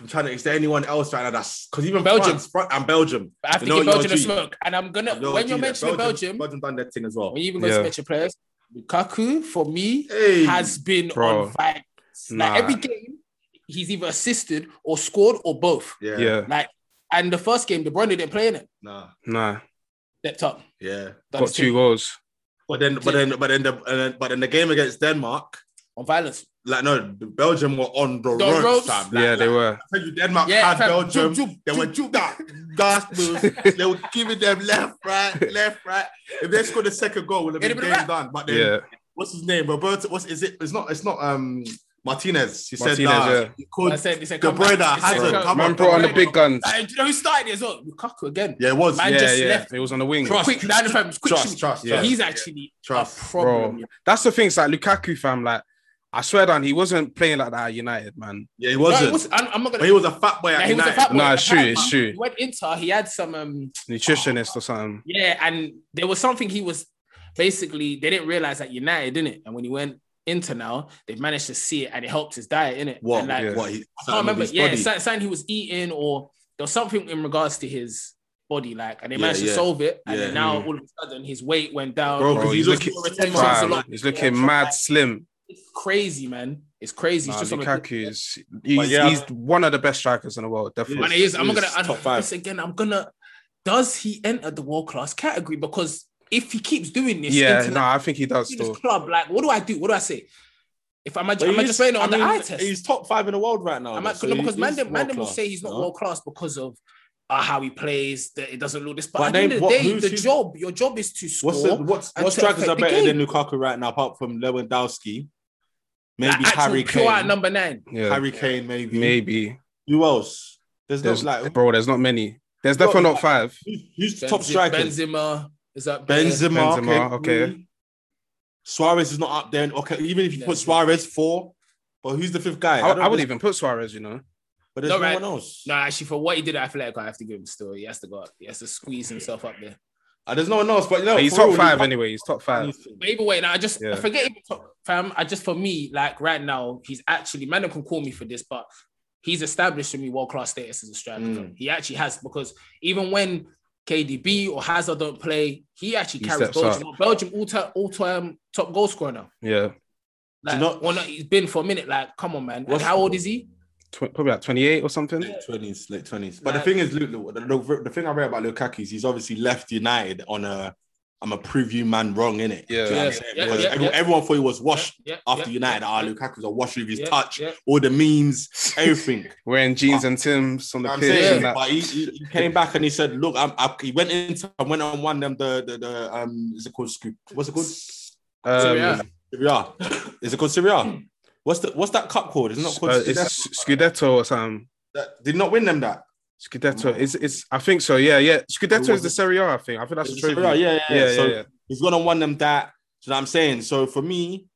D: I'm trying to. Is there anyone else right now that's because even
E: Belgium.
D: France, Fran- and Belgium,
E: But I think
D: You know,
E: in Belgium
D: you're
E: are
D: G.
E: smoke. And I'm gonna
D: Yo,
E: when you're
D: G,
E: mentioning Belgium,
D: Belgium done their thing as well.
E: when you even go
C: Yeah.
E: to mention players, Lukaku for me
D: Hey,
E: has been
C: Bro.
E: on fire.
C: Nah.
E: Like every game, he's either assisted or scored or both.
D: yeah,
C: Yeah,
E: Like, and the first game, De Bruyne didn't play in it.
D: nah,
C: nah.
E: Stepped up.
D: yeah.
E: Done
C: Got
E: his thing.
C: two goals.
D: But then, but then, but then, the, and then, but then the game against Denmark,
E: on violence.
D: like no, the Belgium were on the,
E: The
D: ropes,
E: ropes.
D: fam. Like,
C: Yeah, they
D: like,
C: were.
D: I tell you, Denmark
E: Yeah,
D: had
E: fam,
D: Belgium.
E: ju- ju-
D: they
E: ju-
D: were
E: ju-
D: that gas moves. they were giving them left, right, left, right. If they scored the second goal, would have
E: It'd
D: been
E: have been a
D: game
E: wrap.
D: done. But then
C: Yeah,
D: what's his name? Roberto. What's is it? It's not. It's not. Um, Martinez. He said
C: Martinez,
D: nah.
C: yeah.
D: He called,
E: I said, it's a
D: De Bruyne, Hazard,
E: come
D: come
C: Man
D: on,
C: brought on the
D: come
C: big guns.
E: Like, Uh, do you know who started it as well? Lukaku again.
D: yeah, it was.
E: Man
C: yeah,
E: just
C: yeah.
E: left.
C: It was on the wing.
D: Trust,
E: Quick, down the fam, quick
D: trust,
E: shoot.
D: trust,
C: Yeah.
D: trust.
E: He's actually
D: Trust.
E: a
C: Bro.
E: problem.
C: That's the thing. It's like Lukaku, fam. Like, I swear down, he wasn't playing like that at United, man.
D: Yeah, he
E: No, it
D: wasn't.
E: was- I'm, I'm not
D: But
E: gonna.
D: he was a fat boy at
E: Yeah, he was a
D: United.
E: fat boy.
C: Nah, it's true,
E: Apparently,
C: it's true.
E: He went into. He had some. um
C: Nutritionist or something.
E: Yeah, and there was something he was basically they didn't realize that United didn't it, and when he went into now, they managed to see it and it helped his diet in it.
D: What?
E: And like,
C: yeah.
D: What? He,
E: I can't remember.
D: his
E: Yeah,
D: body.
E: something something he was eating or there was something in regards to his body, like, and they
D: Yeah,
E: managed
D: yeah.
E: to solve it. And
D: Yeah.
E: then now all of a sudden his weight went down.
D: Bro,
C: Bro,
D: because
C: he's
D: he's looking.
E: More attention, it's a
C: Fam,
E: lot.
C: he's looking
E: Yeah,
C: mad
E: like,
C: slim.
E: It's crazy, man. It's crazy.
C: Nah,
E: it's just on a-
C: Lukaku is he's,
D: yeah.
C: he's one of the best strikers in the world, definitely.
E: And it is. I'm not
D: He's
E: gonna and
D: top five.
E: this again. I'm gonna. Does he enter the world class category? Because if he keeps doing this,
C: Yeah,
E: interna-
C: no, I think he does
E: in this
C: still.
E: club, like, what do I do? What do I say? If I'm,
D: But
E: am I
D: he's-
E: just playing it on
D: I mean,
E: the eye test?
D: He's top five in the world right now.
E: Am
D: though,
E: I,
D: so
E: no,
D: he-
E: because
D: he's
E: Mandem, Mandem will
D: world-class,
E: say he's not
D: you know?
E: world class because of uh, how he plays, that it doesn't look this. But,
D: But
E: at the end
D: then
E: of the
D: what-
E: day,
D: who's-
E: the
D: who's-
E: job, your job is to score.
D: What's the, what's
E: and
D: what
E: to
D: strikers are
E: affect the
D: better than Lukaku right now, apart from Lewandowski? Maybe
E: Like, actual
D: Harry
E: pure out
D: Kane.
E: number nine.
C: Yeah,
D: Harry Kane, maybe.
C: maybe.
D: Who else? There's,
C: There's,
D: no like
C: bro, there's not many. There's
D: Bro,
C: definitely not five.
D: who- who's the
E: Benze-
D: top striker?
E: Benzema is that
D: Benzema,
C: Benzema, okay.
D: maybe. Suarez is not up there. Okay, even if you
E: Yeah.
D: put Suarez four, but who's the fifth guy?
C: I,
D: don't
C: I would
D: know.
C: even put Suarez, you know.
D: But there's
E: No,
D: no,
E: right.
D: one else.
E: No, actually, for what he did at Atletico, I have to give him still. He has to go up. He has to squeeze himself up there.
D: Uh, there's no one else. But you know,
C: But he's
D: for
C: top
D: real,
C: five
D: Lukaku-
C: anyway. He's top five.
E: But either way, now I just
C: Yeah.
E: I forget even top fam. I just for me, like right now, he's actually Mandem can call me for this, but he's established for me world class status as a striker.
D: Mm.
E: fam. He actually has because even when KDB or Hazard don't play, he actually
C: He
E: carries
C: steps
E: Belgium. Belgium all time all time top goal scorer now.
C: Yeah,
E: Like,
D: you know-
E: well, no, he's been for a minute. Like, come on, man. And
D: What's-
E: how old is he?
C: Tw- probably like 28 or something.
D: Late twenties, late twenties. But
E: Like-
D: the thing is, Luke, the, the, the thing I read about Lukaku is he's obviously left United on a I'm a prove you man wrong in it.
C: Yeah.
E: Yeah, yeah,
D: Because
E: yeah,
D: everyone,
E: yeah.
D: everyone thought he was washed
E: Yeah,
D: after
E: yeah,
D: United.
E: yeah,
D: Ah,
E: yeah,
D: Lukaku's a wash with his
E: yeah,
D: touch,
E: yeah.
D: all the memes, everything.
C: Wearing jeans and Tim's on the
D: I'm
C: pitch.
D: saying,
C: and that.
D: but he, he he came back and he said, "Look, I'm." I, he went into and went on one them the the, the um is it called scoop? What's it called?
C: Um,
E: yeah.
D: Syria. Is it called Syria? What's the what's that cup called? It's not called.
C: uh,
D: Scudetto.
C: it's Scudetto or something.
D: That- did not win them that.
C: Scudetto. It's, it's, I think so. Yeah, yeah. Scudetto is
D: was
C: the
D: it?
C: Serie A, I think. I think that's the
D: It's Serie
C: trophy.
D: A, yeah, yeah, yeah.
C: yeah,
D: So
C: yeah.
D: he's gonna won them that. Do you know what I'm saying? So for me,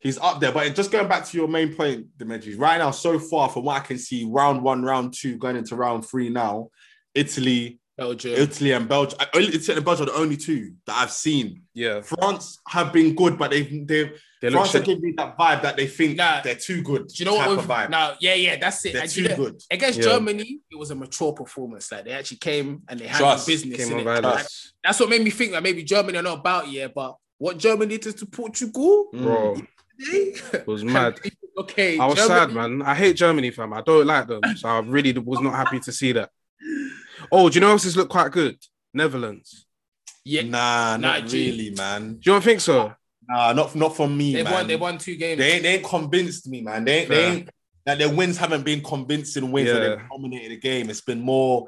D: he's up there. But just going back to your main point, Dimitri, right now, so far, from what I can see, round one, round two, going into round three now, Italy,
E: Belgium.
D: Italy and Belgium, Italy and Belgium are the only two that I've seen.
C: Yeah,
D: France have been good, but they've they've
C: they look
D: France are
C: shit.
D: giving me that vibe that they think
E: Nah.
D: they're too good.
E: Do you know
D: type
E: what?
D: of vibe?
E: We've, now, yeah, yeah, that's it.
D: they're
E: And
D: too
E: you know-
D: good.
E: Against
C: Yeah.
E: Germany, it was a mature performance. Like they actually came and they had
D: Trust.
E: the
C: Came
E: business. in
C: on
E: it. Like,
C: violence,
E: that's what made me think that maybe Germany are not about yeah, but what Germany did to Portugal
C: bro.
D: mm.
E: today?
C: It was mad.
E: okay,
C: I was
E: Germany-
C: sad, man. I hate Germany, fam. I don't like them, so I really was not happy to see that. Oh, do you know what else has looked quite good? Netherlands.
E: Yeah,
D: Mm. Nah, not
E: Nigeria.
D: really, man.
C: Do you don't think so?
D: Nah, not not from me,
E: they
D: man.
E: won. They won two games.
D: They ain't, they ain't convinced me, man. They ain't, they
C: Fair.
D: ain't like their wins haven't been convincing wins.
C: Yeah.
D: That they've dominated the game. It's been more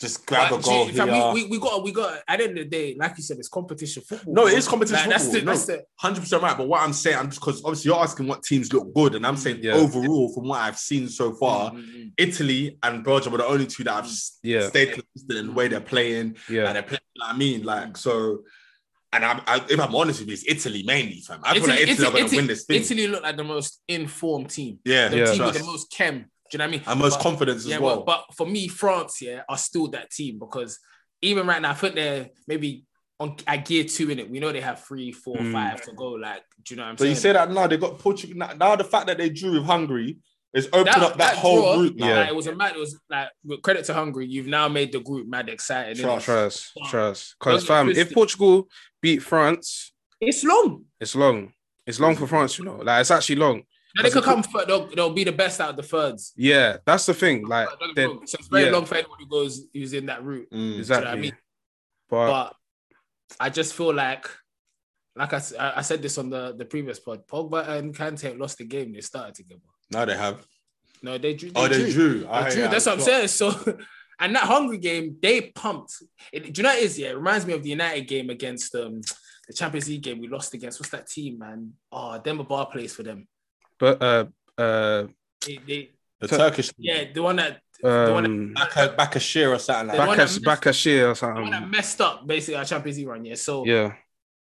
D: just grab
E: But
D: a
E: do you-
D: goal
E: in
D: here.
E: fact, we, we, we got we got at the end of the day, like you said, it's competition football.
D: No, it
E: bro.
D: is competition
E: Like,
D: football.
E: That's the, that's
D: Hundred percent right. But what I'm saying, I'm just because obviously you're asking what teams look good, and I'm saying
C: Yeah.
D: overall from what I've seen so far,
E: the,
D: Italy and Belgium are the only two that have s-
C: Yeah,
D: stayed consistent in the way they're playing.
C: yeah.
D: And they're playing, you know what I mean, like so. And I'm, I, if I'm honest with you, it's Italy mainly, fam. I feel like Italy, are going to win this thing.
E: Italy looked like the most informed team.
D: yeah,
E: The
C: Yeah.
E: team with
D: trust.
E: the most chem. Do you know what I mean?
D: and most
E: But-
D: confidence as
E: Yeah,
D: well.
E: but, but for me, France, yeah, are still that team because even right now, I think they're maybe on at gear two in it. We know they have three, four, five
C: Mm.
E: to go. Like, do you know what I'm
D: So
E: saying?
D: Hmm. you say that now they got Portugal. Now, now the fact that they drew with Hungary is opened up that, whole
E: draw,
D: route now.
E: like, it was a mad. It was like with credit to Hungary. You've now made the group mad excited. innit?
D: Trust.
C: Trust, trust. Because
E: Those are
C: fam, if
E: twisted.
C: Portugal beat France,
E: It's long.
C: it's long. It's long for France, you know. Like it's actually long.
E: Now they
C: That's a
E: could come. Third, they'll, they'll be the best out of the thirds.
C: Yeah, that's the thing. Like
E: Don't get me
C: they-
E: wrong. so it's very
C: yeah.
E: long for anyone who goes who's in that route.
D: Mm.
E: what I
C: exactly.
E: mean?
C: But,
E: but I just feel like, like I, s- I- I said this on the, the previous pod, Pogba and Kante lost the game. They started together.
D: Now they have.
E: No, they drew. They
D: Oh,
E: drew.
D: they drew.
E: They
D: Ah,
E: drew.
D: yeah,
E: That's
D: I
E: what I'm saying.
D: forgot.
E: So, and that hungry game, they pumped. It, do you know what it is? Yeah, it reminds me of the United game against um, the Champions League game we lost against. What's that team, man? Oh, Denver Bar plays for them.
C: but uh uh
E: They, they,
D: The
C: So-
D: Turkish.
E: yeah, the one that
C: um
D: Back, back a sheer or something like
E: The
D: that.
E: one
C: Bakas-
E: that messed-
C: Bakashir or
E: the one that
C: something.
E: messed up basically our Champions League run. Yeah, so
C: Yeah,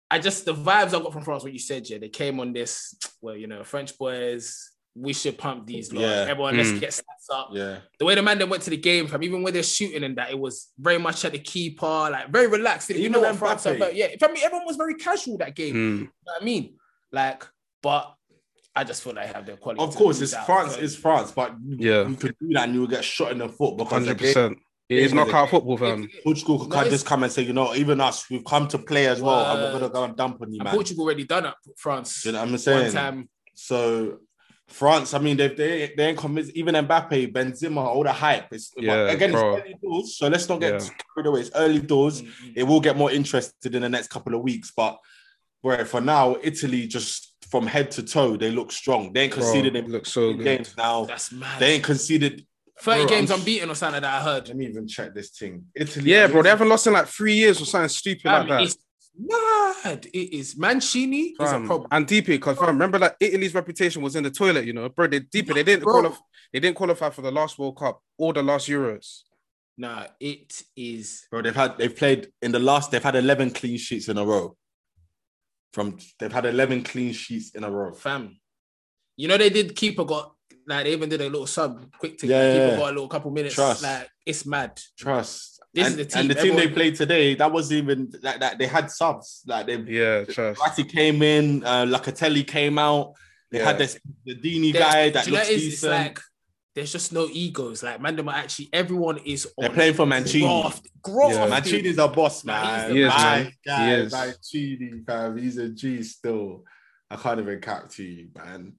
E: I just the vibes I got from France, what you said, yeah, they came on this. Well, you know, French boys, we should pump these. Lot.
D: Yeah.
E: everyone,
C: Mm.
E: let's get stats up.
D: Yeah.
E: The way the man then went to the game from, even when they're shooting and that, it was very much at the keeper, like very relaxed. You
D: Even
E: know what
D: Mbappe.
E: France are about. Yeah, if I mean, everyone was very casual that game. You
C: Mm.
E: know what I mean, like, but I just feel they have their quality.
D: Of
E: to
D: course,
E: do
D: it's
E: that.
D: France.
E: So,
D: It's France, but
C: Yeah.
D: you could do that and you will get shot in the foot because
C: hundred
D: again,
C: percent. It is knockout football, fam.
E: it-
D: Portugal
E: No,
D: can't
E: it's-
D: just come and say, you know, even us, we've come to play as well, and we're
E: Word.
D: gonna go and dump on you,
E: and
D: man.
E: Portugal already done up France
D: Do you know what I'm saying?
E: one time.
D: So France, I mean, they they they ain't convinced. Even Mbappe, Benzema, all the hype. It's but
C: Yeah,
D: again,
C: bro.
D: it's early doors. So let's not get
C: Yeah.
D: carried away. It's early doors.
E: Mm-mm.
D: It will get more interested in the next couple of weeks. But where for now, Italy just from head to toe, they look strong. They ain't
C: Bro,
D: conceded in
C: looks so good.
D: games now.
E: That's mad.
D: They ain't conceded.
E: 30
D: Bro,
E: games
D: I'm-
E: unbeaten or something that I heard.
D: Let me even check this thing. Italy.
C: Yeah, bro, they haven't lost in like three years or something stupid like
E: Fam,
C: that.
E: It's Um, mad. It is Mancini is a
C: Fam.
E: problem.
C: And Deepa, because remember like Italy's reputation was in the toilet, you know, bro. They Deepa, they didn't
E: Bro.
C: qualify. They didn't qualify for the last World Cup or the last Euros.
E: Nah, it is.
D: Bro, they've had they've played in the last. They've had eleven clean sheets in a row. From they've had eleven clean sheets in a row.
E: fam. You know they did keeper got like they even did a little sub quick to
D: Yeah,
E: keeper
D: yeah.
E: got a little couple minutes.
D: Trust.
E: Like it's mad.
D: Trust.
E: This
D: and,
E: is the
D: and the
E: team
D: team they
E: everyone-
D: played today, that wasn't even like that. They had subs. Like they,
C: Yeah, trust.
D: Ratty came in, uh, Locatelli came out. They
C: Yeah.
D: had this the Dini
E: There's-
D: guy
E: do
D: that
E: you know
D: looks
E: what it is? It's
D: decent.
E: like there's just no egos. Like Mandem actually everyone is
D: They're
E: on
D: playing for Mancini.
E: graft. Graft.
C: Yeah.
D: Mancini's a boss, man.
E: Nah, he's the
C: He is,
D: My
C: man.
D: guy,
C: He is.
D: Mancini, fam. He's a G still. I can't even cap to you, man.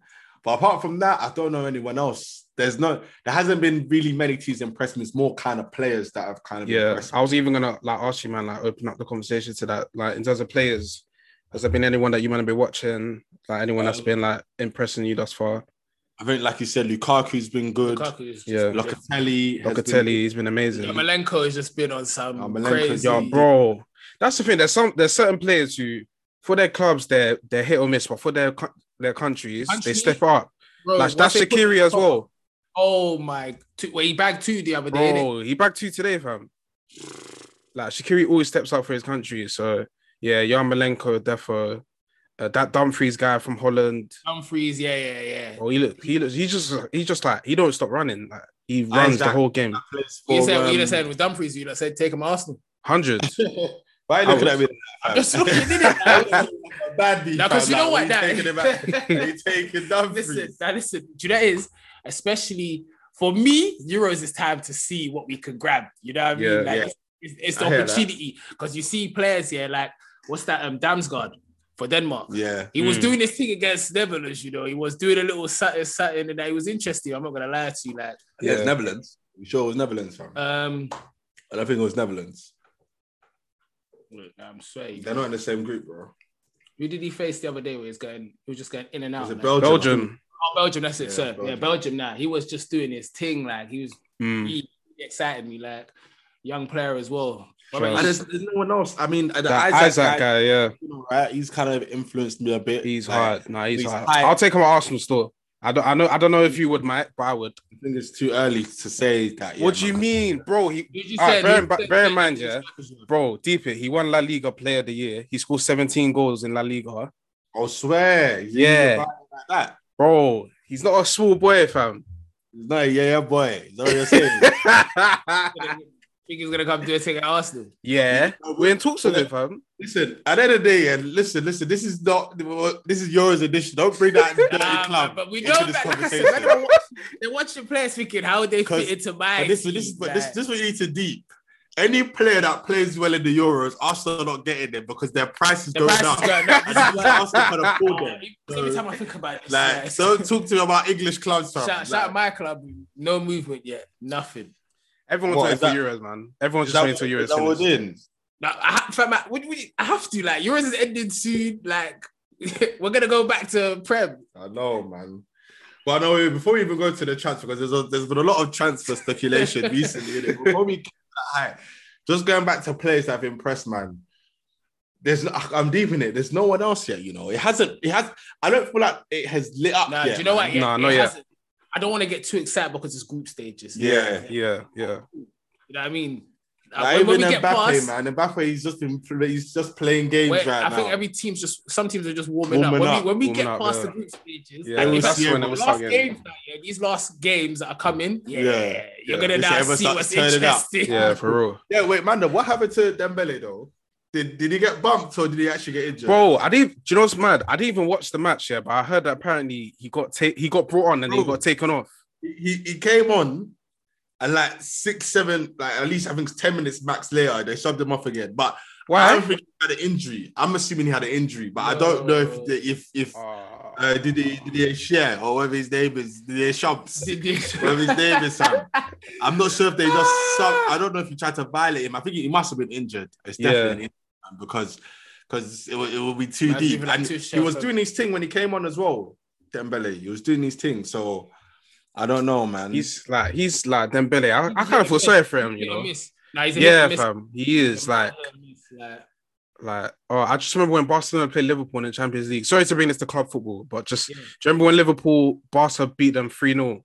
D: But apart from that, I don't know anyone else. There's no, there hasn't been really many teams impressed me. It's more kind of players that have kind of
C: Yeah,
D: impressed me.
C: I was even gonna like ask you, man, like open up the conversation to that. Like in terms of players, has there been anyone that you might have been watching? Like anyone that's
E: Um,
C: been like impressing you thus far?
D: I think, like you said, Lukaku's been good.
E: Lukaku is just-
C: Yeah.
D: Locatelli, has
C: Locatelli,
D: been-
C: he's been amazing.
E: Yeah, Malenko has just been on some
D: Oh, Malenko,
E: crazy.
C: Yeah, bro. That's the thing. There's some there's certain players who for their clubs they're they're hit or miss, but for their co- their countries
E: Country?
C: they step up.
E: Bro,
C: like
E: once
C: that's
E: they put-
C: Shakiri as well,
E: Oh my! Two, well, he bagged two the other day. innit?
C: bro. He back two today, fam. Like Shakiri always steps up for his country. So yeah, Yarmolenko, Defo, Uh, that Dumfries guy from Holland.
E: Dumfries, yeah, yeah, yeah.
C: Oh, he look, he looks, he just, he just like he don't stop running. Like he
D: Why is
C: runs the
D: that-
C: whole game.
D: That plays
E: You
D: for,
E: said, you
D: um,
E: done said with Dumfries, you done said take him Arsenal.
C: Hundred.
D: Why are you looking
C: I
D: at me?
E: I'm just looking at it.
D: Badly,
E: Now, 'cause you know what, that-
D: Taking it back. you taking Dumfries.
E: listen, now listen. Do you know what it is? Especially for me, Euros is time to see what we can grab. You know what I mean?
C: Yeah,
E: like
D: yeah.
E: it's, it's, it's
D: I
E: the
D: hear that.
E: opportunity because you see players here, like what's that um Damsgaard for Denmark?
D: Yeah.
E: He was
C: Mm.
E: doing this thing against Netherlands, you know. He was doing a little something, something, and that he was interesting. I'm not gonna lie to you, like
D: Yeah,
C: Yeah.
D: it's Netherlands. You sure it was Netherlands, fam?
E: um,
D: I don't think it was Netherlands.
E: look, I'm sorry.
A: They're not in the same group, bro.
E: Who did he face the other day? Where he was going, he was just going in and out.
D: Was it
E: man?
D: Belgium?
C: Belgium.
E: Oh, Belgium, that's it,
A: Yeah,
E: sir. Yeah,
A: Belgium.
E: Belgium. Now he was just doing his thing, like he was
C: Mm.
E: he excited me, like young player as well.
C: Sure.
D: And there's, there's no one else. I mean, the
C: That
D: Isaac, guy,
C: guy, yeah,
D: you know, right? He's kind of influenced me a bit.
C: he's
D: Like,
C: hard. Nah, he's,
D: he's
C: hard.
D: high.
C: I'll take him at Arsenal still. I don't, I know, I don't know if you would, Mike, but I would.
D: I think it's too early to say that. yeah,
C: what do you
D: man.
C: mean, bro? He,
E: Who'd you
C: All right,
E: say?
C: bear in-
E: Who'd you say-
C: bear in mind, yeah.
E: Who'd
C: bro, deep it. He won La Liga Player of the Year. He scored 17 goals in La Liga,
D: I swear. he's
C: Yeah.
D: like that.
C: bro. He's not a small boy, fam.
D: He's not a yeah, yeah, boy. Is that what you're saying?
E: you Think he's gonna come do a thing at Arsenal?
C: yeah, we're in talks with him, fam.
D: listen, at the end of the day, and listen, listen, this is not, this is yours edition. Don't bring that dirty
E: Nah, man,
D: club.
E: but we
D: into
E: know
D: this
E: that. Like I said,
D: conversation.
E: man, they're watching- they're watching players thinking how they fit
D: 'Cause-
E: into my.
D: But this,
E: team,
D: this, is but this,
E: like,
D: this is what you need to deep. Any player that plays well in the Euros, Arsenal are not getting them because their price is
E: the
D: going
E: price
D: up.
E: is going up.
D: And that's why Arsenal can afford
E: Oh,
D: them.
E: Every time I think about this,
D: Like,
E: like,
D: don't talk to me about English clubs. fam.
E: shout,
D: Like,
E: shout out my club, no movement yet, nothing.
C: Everyone's
D: What,
C: waiting
D: is
C: for
D: that-
C: Euros, man. Everyone's
D: is
C: just
D: that
C: waiting for Euros.
D: what- is that what
C: finish.
D: it is?
E: No, I, ha- fam, I, would we, I have to like yours is ending soon. Like we're gonna go back to prem.
A: I know, man.
D: But no, wait, before we even go to the transfer, because there's, a, there's been a lot of transfer speculation recently. innit? Before we get to that high, just going back to players that have impressed, man. There's no- I'm deep in it. There's no one else yet, you know. It hasn't. It has. I don't feel like it has lit up.
E: Nah,
D: yet,
E: do you know
D: man.
E: what? Yeah,
C: Nah,
E: it
C: not yet.
E: hasn't- I don't want to get too excited because it's group stages.
D: Yeah.
E: you
C: Yeah, yeah.
E: know what I mean. Uh,
D: Like,
E: when- when
D: even
E: we get
D: Mbappe,
E: past,
D: man. Mbappe, he's just been, he's just playing games
E: where-
D: right
E: I
D: now.
E: think every team's just some teams are just warming, up.
D: Warming
E: When
D: up,
E: we, when we
C: warming
E: get
C: up,
E: past
C: yeah.
E: the group stages,
C: Yeah,
E: like,
D: we'll
E: if
C: that's
D: see
C: when
D: him
C: it
E: the
C: was
E: last
C: starting.
E: games, now, yeah, these last games that are coming, yeah,
D: Yeah,
E: you're
D: yeah.
E: gonna
D: This
E: now
D: ever
E: see
D: starts
E: what's
D: turning up.
E: interesting.
C: Yeah, for real.
A: Yeah, wait, man. What happened to Dembele though? Did did he get bumped or did he actually get injured?
C: Bro, I didn't. Do you know what's mad? I didn't even watch the match yeah, but I heard that apparently he got ta- he got brought on and he
D: Bro.
C: got taken off.
A: he, he came on and like six, seven, like at least I think ten minutes max later, they shoved him off again. But I
C: Why?
A: don't think he had an injury. I'm assuming he had an injury, but I don't know if the, if if
C: Ah, Oh.
A: uh, did he did he share or whatever his name is, did he shops, whatever his name is, Sam.
D: I'm not sure if they just. Some, I don't know if you tried to violate him. I think he must have been injured. It's
C: Yeah.
D: definitely an injury, man, because because it, will- it will be too
E: Man's
D: deep.
E: even like
D: And
E: two
D: he was
E: shots
D: doing his thing when he came on as well. Dembele, he was doing his thing. So I don't know, man.
C: He's like he's like Dembele. I, I kind of feel sorry for him, you know.
E: Nah, he's a hit
C: Yeah,
E: and miss.
C: fam. He is like
E: Like,
C: like oh, I just remember when Barcelona played Liverpool in the Champions League. Sorry to bring this to club football, but just
E: Yeah.
C: do you remember when Liverpool Barca beat them 3-0?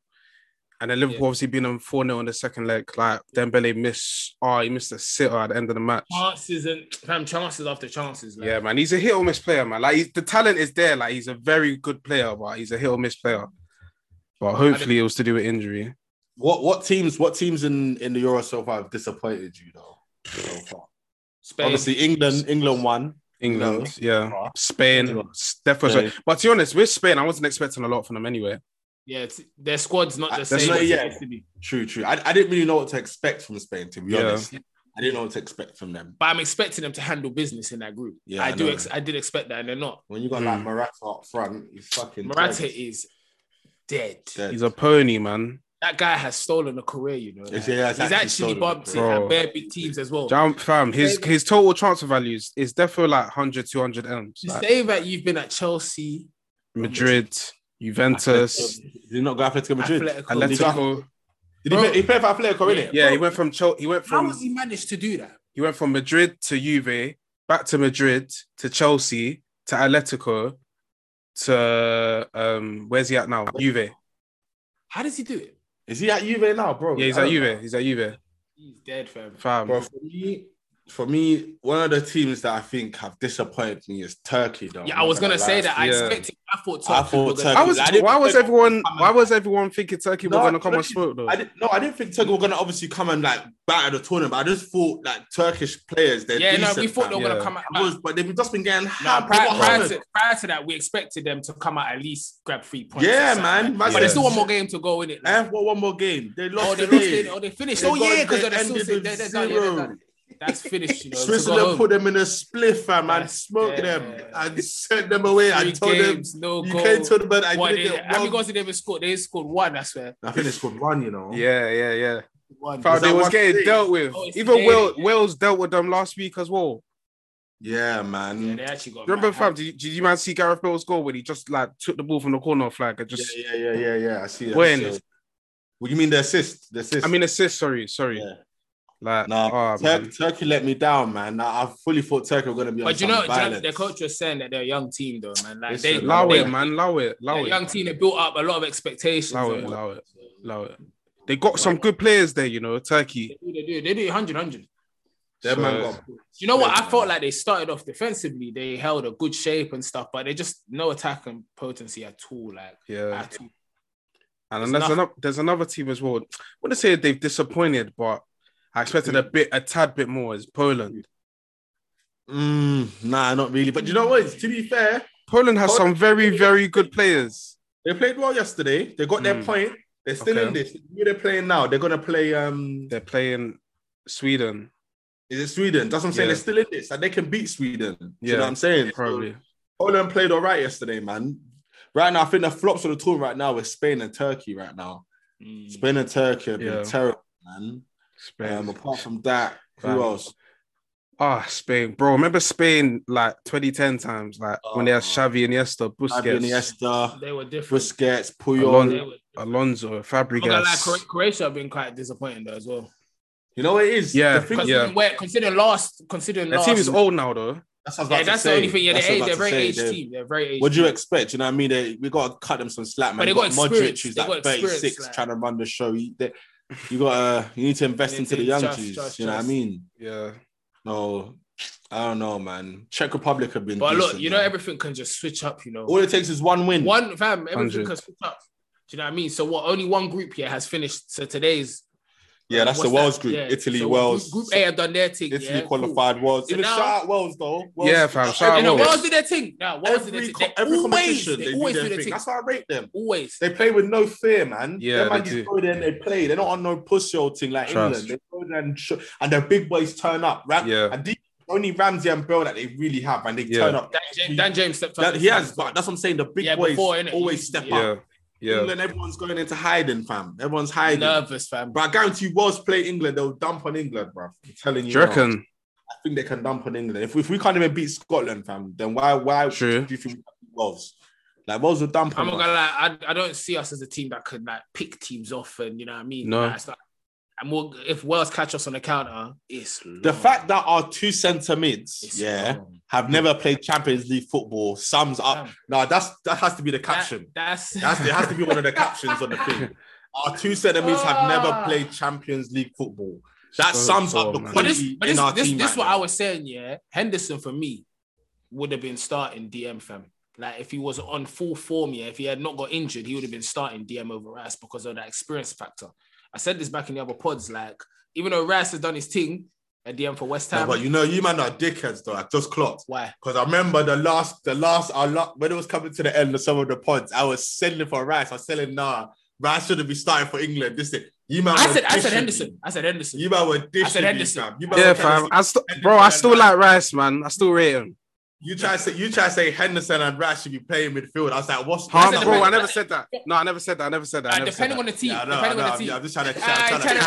C: And then Liverpool
E: Yeah.
C: obviously beat them 4-0 in the second leg. Like Dembele missed oh, he missed a sitter at the end of the match.
E: chances and fam, chances after chances. Like,
C: Yeah, man, he's a hit or miss player, man. Like he's, the talent is there. Like he's a very good player, but he's a hit or miss player. But hopefully, it was to do with injury.
D: what what teams what teams in in the Euro so far have disappointed you though? So far,
E: Spain.
D: obviously England England won.
C: England, yeah,
D: Yeah.
C: Spain, s- definitely.
D: Yeah.
C: But to be honest, with Spain, I wasn't expecting a lot from them anyway.
E: yeah, it's, their squad's not the
D: That's
E: same.
D: Uh, not-
E: as it
D: yeah.
E: used to be.
D: True, true. I, I didn't really know what to expect from Spain, to be
C: Yeah.
D: honest. I didn't know what to expect from them.
E: But I'm expecting them to handle business in that group.
D: Yeah,
E: I,
D: I
E: do.
D: know.
E: Ex- I did expect that, and they're not.
D: When you got
C: Mm.
D: like Morata up front, he's fucking
E: Morata
D: dead.
E: is dead.
D: Dead.
C: He's a pony, man.
E: That guy has stolen a career. You know, like,
D: Yeah, yeah,
E: he's actually
D: stolen
E: bumped it
D: it.
C: Bro.
E: at bare big teams as well.
C: Jump, fam. His his total transfer values is definitely like 100, 200 m's.
E: to
C: Like,
E: say that you've been at Chelsea,
C: Madrid, Juventus,
D: Did he not go Atletico Madrid?
E: Atletico,
C: Atletico.
D: Did he,
E: Bro.
D: play, he played for Atletico, innit?
C: Yeah, he went from Chel- he went
E: how
C: from
E: has he managed to do that?
C: He went from Madrid to Juve, back to Madrid to Chelsea to Atletico to um where's he at now? Juve.
E: How does he do it?
D: Is he at Juve now, bro?
C: Yeah, he's
D: I
C: at
D: don't know.
C: Juve. He's at Juve.
E: He's dead, fam.
C: Fam.
A: Bro, for me,
D: for me, one of the teams that I think have disappointed me is Turkey. Though.
E: Yeah, I was gonna say that. I
C: Yeah.
E: expected. I thought Turkey.
D: I thought
E: were gonna-
D: Turkey-
C: I was.
D: I didn't
C: why was
D: think-
C: everyone? Why was everyone thinking Turkey
D: No,
C: were gonna come
D: Turkey-
C: and spoil though?
D: I didn't, no, I didn't think Turkey were gonna obviously come and like batter the tournament. I just thought like Turkish players. They're
E: Yeah, no,
D: decent,
E: we thought they
D: man.
E: were gonna
C: Yeah.
E: come out.
D: I was- but they've just been getting
E: No,
D: hammered.
E: prior,
D: What
E: prior,
D: happened?
E: to, prior to that, we expected them to come out at least grab three points.
D: Yeah,
E: or something.
D: man.
E: But
D: Yeah.
E: there's still one more game to go in it.
D: Eh, what one more game? They lost
E: oh, they lost
D: today.
E: it. Oh, they finished.
D: They
E: oh yeah,
D: got-
E: because
D: they
E: they're still
D: ended
E: they're,
D: with
E: they're, done, yeah, they're
D: zero.
E: done. That's finished. You know, to go
D: Switzerland
E: home.
D: put them in a split, fam, and
E: That's-
D: smoked
E: yeah.
D: them and sent them away. I
E: Three
D: told
E: games,
D: them
E: no
D: you
E: goal.
D: can't tell them that I
E: What,
D: didn't
E: they,
D: get
E: how many
D: one.
E: goals did they even score? They scored one. I swear.
D: I think they scored one, you know.
C: Yeah, yeah, yeah.
E: One.
C: Fam,
D: Was
C: they
D: that
C: was
D: one
C: getting
D: thing?
C: dealt with.
E: Oh, it's
C: Even
E: daily,
C: Wales,
E: yeah.
C: Wales dealt with them last week as well.
D: Yeah, Oh, man.
E: Yeah, they actually got.
C: Remember,
E: mad.
C: fam? Did, you- did you man see Gareth Bale's goal when he just like took the ball from the corner flag and just?
D: yeah, yeah, yeah, yeah. I see. that.
C: When?
D: So- What do you mean the assist? The assist.
C: I mean, assist. Sorry, sorry.
D: Yeah.
C: Like,
D: no,
C: ah,
D: Tur-
C: man.
D: Turkey let me down, man. I, I fully thought Turkey were going to be. on
E: But you
D: some
E: know, do you know,
D: violence.
E: their coach was saying that they're a young team, though, man. Like
D: Listen,
E: they,
C: allow
E: they-
C: it, man. Allow it. Allow
E: they're a
C: it.
E: young team that built up a lot of expectations.
C: Allow
E: and
C: it.
E: what-
C: Allow it. Allow it. They got some good players there, you know. Turkey.
E: They do, they do, they do 100, 100.
D: That man
C: So-
D: got-
E: Do you know what? I
D: Yeah.
E: felt like they started off defensively. They held a good shape and stuff, but they just no attack and potency at all. Like
C: Yeah.
E: at all.
C: And
E: Ah,
C: then
E: It's
C: there's
E: nothing.
C: another there's another team as well. I want to say they've disappointed, but I expected a bit a tad bit more. Is Poland?
D: Mm, nah, not really. But you know what? To be fair,
C: Poland has some very very good players.
D: they played well yesterday. They got their
C: Mm.
D: point. They're still
C: Okay.
D: in this. Who they're playing now? They're gonna play. Um,
C: They're playing Sweden
D: is it Sweden? That's what I'm saying.
C: Yeah.
D: They're still in this, and they can beat Sweden. Do You
C: Yeah,
D: know what I'm saying? So
C: probably.
D: Poland played all right yesterday, man. Right now, I think the flops of the tour right now is Spain and Turkey. Right now,
E: Mm.
D: Spain and Turkey have been
C: Mm. Yeah.
D: terrible, man. Um,
C: Spain.
D: apart from that, who
C: Fam.
D: else?
C: Ah, Spain, bro. Remember Spain like 2010 times, like when they had
D: Oh.
C: Xavi, Iniesta, Busquets,
D: Xavi, Iniesta,
E: They were different.
D: Busquets,
C: Alonso.
D: Puyol.
E: They were-
C: Alonso,
E: I'm not gonna lie,
C: Fabregas.
E: Cro- Croatia have been quite disappointing though as well.
D: You know what it is?
C: Yeah,
D: The thing-
E: Considering
C: yeah.
E: where, considering last, considering
C: Their
E: last.
C: team is old now though.
D: That's, what I was about
E: yeah,
D: to
E: that's
D: say.
E: the only thing. Yeah,
D: That's
E: they're,
D: what I
E: they're
D: was about
E: very
D: to say.
E: aged
D: They-
E: team. They're very aged.
D: What do you
E: team.
D: expect? You know what I mean? They, we got to cut them some slack, man.
E: But they
D: You
E: got experience.
D: Modric, who's
E: They
D: like
E: got experience,
D: 36,
E: like-
D: trying to run the show. He- they- you got uh, you need to invest
E: You need
D: into
E: to
D: the young
E: trust,
D: dudes.
E: trust,
D: you know what I
E: trust.
D: mean?
C: Yeah.
D: No, I don't know, man. Czech Republic have been.
E: But look,
D: decent,
E: you know,
D: man.
E: everything can just switch up. You know,
D: all it takes is one win.
E: one fam, everything
C: 100.
E: can switch up. Do you know what I mean? So what? Only one group here has finished. So today's
D: yeah, that's the
E: what's that?
D: Wales group.
E: Yeah.
D: Italy,
E: So
D: Wales.
E: Group, group A have done their thing.
D: Italy
E: yeah, cool.
D: qualified. Wales.
E: So
D: Even
E: now-
D: shout out Wales though. Wales,
C: Yeah, fam, shout out
E: You know,
C: Wales.
E: Wales do their thing. No, Wales do their
D: Every,
E: thing.
D: co-
E: They
D: every
E: always,
D: competition,
E: they
D: they, do
E: always
D: their
E: do their
D: thing.
E: thing.
D: That's why I rate them.
E: Always.
D: They play with no fear, man.
C: Yeah,
D: Them man
C: they
D: just
C: do.
D: go there and they play. They're not on no pussy old thing like
C: Trust.
D: England. They go there and show, and their big boys turn up. Ram-
C: Yeah.
D: And these only Ramsey and Bell that they really have, and they
C: Yeah.
D: turn up.
E: Dan, James, Dan James stepped up.
D: That- he has, but that's what I'm saying. The big
E: Yeah,
D: boys
E: before, innit?
D: always step
E: Yeah.
C: Yeah.
D: up.
C: Yeah.
D: England, everyone's going into hiding, fam. Everyone's hiding.
E: nervous, fam.
D: But I guarantee Wales play England, they'll dump on England, bro. I'm telling
C: Do
D: you.
C: you
D: now.
C: reckon?
D: I think they can dump on England. If, if we can't even beat Scotland, fam, then why why
C: True.
D: do you think we can beat Wales? Like Wales will dump
E: I'm
D: on
E: not
D: us.
E: gonna lie, I, I don't see us as a team that could like pick teams off and you know what I mean.
C: No.
E: Like, it's like- and we'll, if Wales catch us on the counter, it's
D: The
E: long.
D: fact that our two centre mids,
E: It's
D: yeah,
E: long.
D: have never played Champions League football sums up.
E: Fam.
D: No, that's that has to be the
E: That-
D: caption.
E: that's
D: That's it has to be one of the captions on the thing. Our two centre mids have
E: Ah.
D: never played Champions League football. That
C: So
D: sums
C: poor,
D: up the
C: man.
E: But
D: quality
E: this, but
D: in
E: this,
D: our
E: this,
D: team.
E: this
D: right
E: what
D: now.
E: I was saying. Yeah, Henderson for me would have been starting DM fam. Like if he was on full form, yeah, if he had not got injured, he would have been starting DM over Rice because of that experience factor. I said this back in the other pods. Like even though Rice has done his thing at DM for West
D: No,
E: Ham,
D: but you know, you man are dickheads though. I just clocked.
E: why?
D: Because I remember the last, the last, our la- when it was coming to the end of some of the pods, I was selling for Rice. I was selling, nah, Rice shouldn't be starting for England. This thing. You man
E: I
D: were
E: said, I said
D: dishing
E: Henderson. I said
D: me.
E: Henderson.
D: You man were dishing
E: I said
D: me,
E: Henderson.
D: fam. You man
C: Yeah,
D: were
C: fam.
D: Henderson.
C: I st- bro, I still like Rice, man. I still rate him.
D: You try to say, you try to say Henderson and Rice should be playing midfield. I was like, what's
C: Huh,
E: said
C: bro,
E: depend-
C: I never said that. No, I never said that. I never said that. I
E: Uh,
C: never said
E: depending on
C: that.
E: the team,
D: Yeah, I know, I
E: depending
D: know.
E: on the
D: I'm,
E: team.
D: I'm just trying to,
E: Ah,
D: trying,
E: trying to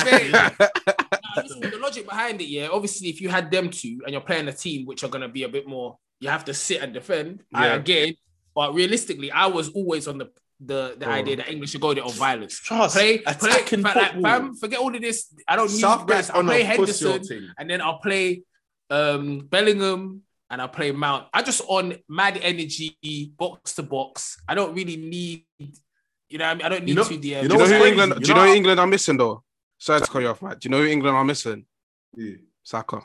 D: to catch you.
E: Nah, listen, the logic behind it, yeah. Obviously, if you had them two and you're playing a team which are going to be a bit more, you have to sit and defend. I
C: Yeah.
E: again, but realistically, I was always on the the, the idea that England should go there on violence.
D: Trust.
E: Play, play,
D: attacking
E: fa- like,
D: football.
E: fam, forget all of this. I don't need
D: Southgate's
E: this. I'll
D: on a
E: play
D: pussy
E: Henderson,
D: team.
E: and then I'll play um, Bellingham, and I'll play Mount. I just on mad energy, box to box. I don't really need, you know, what I mean, I don't need
D: You know-
E: two DM.
D: you
C: Do you know
D: what's
C: who
D: crazy?
C: England?
D: You
C: Do you
D: know
C: know who
D: how-
C: England are missing though? Sorry to cut you off, mate. Do you know who England are missing?
D: Yeah.
C: Saka.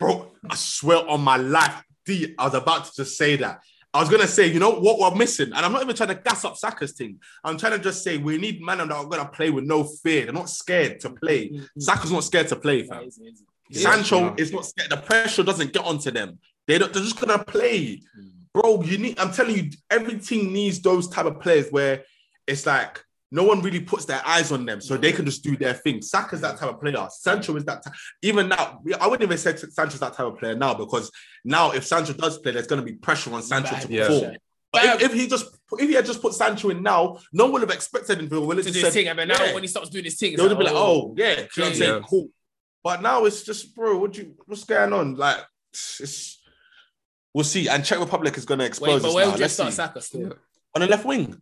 D: bro, I swear on my life, D, I was about to just say that. I was gonna say, you know what we're missing, and I'm not even trying to gas up Saka's thing. I'm trying to just say we need men that are gonna play with no fear. They're not scared to play. Saka's not scared to play, fam. Sancho is not scared. The pressure doesn't get onto them. They don't, they're just gonna play, bro. You need. I'm telling you, every team needs those type of players where it's like no one really puts their eyes on them, so they can just do their thing. Saka's that type of player. Sancho is that. Type, even now, I wouldn't even say Sancho's that type of player now because now if Sancho does play, there's gonna be pressure on Sancho to
C: Yeah.
D: perform. But if, if he just if he had just put Sancho in now, no one would have expected him to. Well, it's
E: to do his
D: just said,
E: thing, and then now
D: yeah.
E: when he stops doing his thing, it's
D: they would have been like, oh yeah, do you know what I'm
E: Yeah.
D: saying? Cool. But now it's just, bro, what you what's going on? Like, it's we'll see. And Czech Republic is gonna
E: wait,
D: expose
E: but
D: us
E: where
D: now.
E: would you
D: Let's
E: start
D: see.
E: Saka still?
D: on the left wing.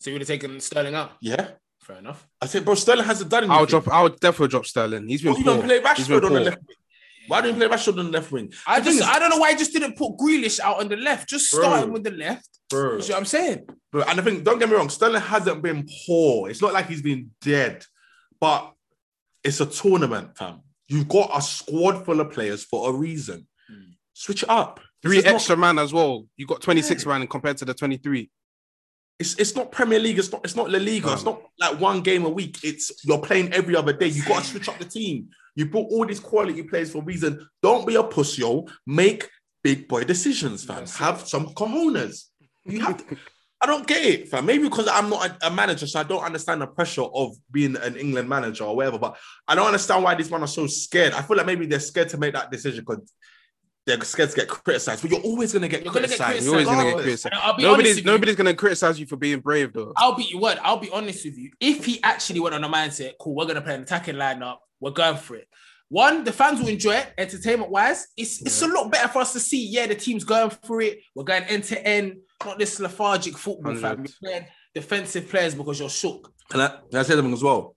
E: So you would have taken Sterling out.
D: Yeah,
E: Fair enough.
D: I think, bro, Sterling hasn't done anything.
C: I'll drop. I'll definitely drop Sterling. He's been
D: Why you don't
C: poor.
D: play
C: He's been
D: Rashford on the
C: poor.
D: left wing? Why don't you play Rashford on the left wing?
E: I
D: The thing
E: just,
D: is-
E: I don't know why I just didn't put Grealish out on the left. Just
D: Bro.
E: start him with the left.
D: bro,
E: You see what I'm saying?
D: bro, and I think don't get me wrong, Sterling hasn't been poor. It's not like he's been dead, but it's a tournament, fam. You've got a squad full of players for a reason.
E: Hmm.
D: Switch it up. This
C: Three
D: is not-
C: extra man as well. You got 26 man compared to the 23.
D: it's it's not Premier League. It's not it's not La Liga. It's not like one game a week. It's you're playing every other day. You got to switch up the team. You brought all these quality players for a reason. Don't be a pussy, yo. Make big boy decisions, fam. Have some cojones. You have. To, I don't get it, fam. Maybe because I'm not a, a manager, so I don't understand the pressure of being an England manager or whatever. But I don't understand why these men are so scared. I feel like maybe they're scared to make that decision because they're scared to get criticized. But you're always gonna get
E: You're gonna get
D: criticized.
C: You're always gonna get
E: Regardless.
C: criticized.
E: And I'll be honest
C: Nobody's
E: with you.
C: nobody's gonna criticize you for being brave though.
E: I'll be you word. I'll be honest with you. If he actually went on a mindset, cool, we're gonna play an attacking lineup, we're going for it. One, the fans will enjoy it entertainment wise. It's it's a lot better for us to see. Yeah, the team's going for it. We're going end to end, not this lethargic football. Fam.
C: Hundred.
E: You're playing defensive players because you're shook.
D: Can I, can I say something as well?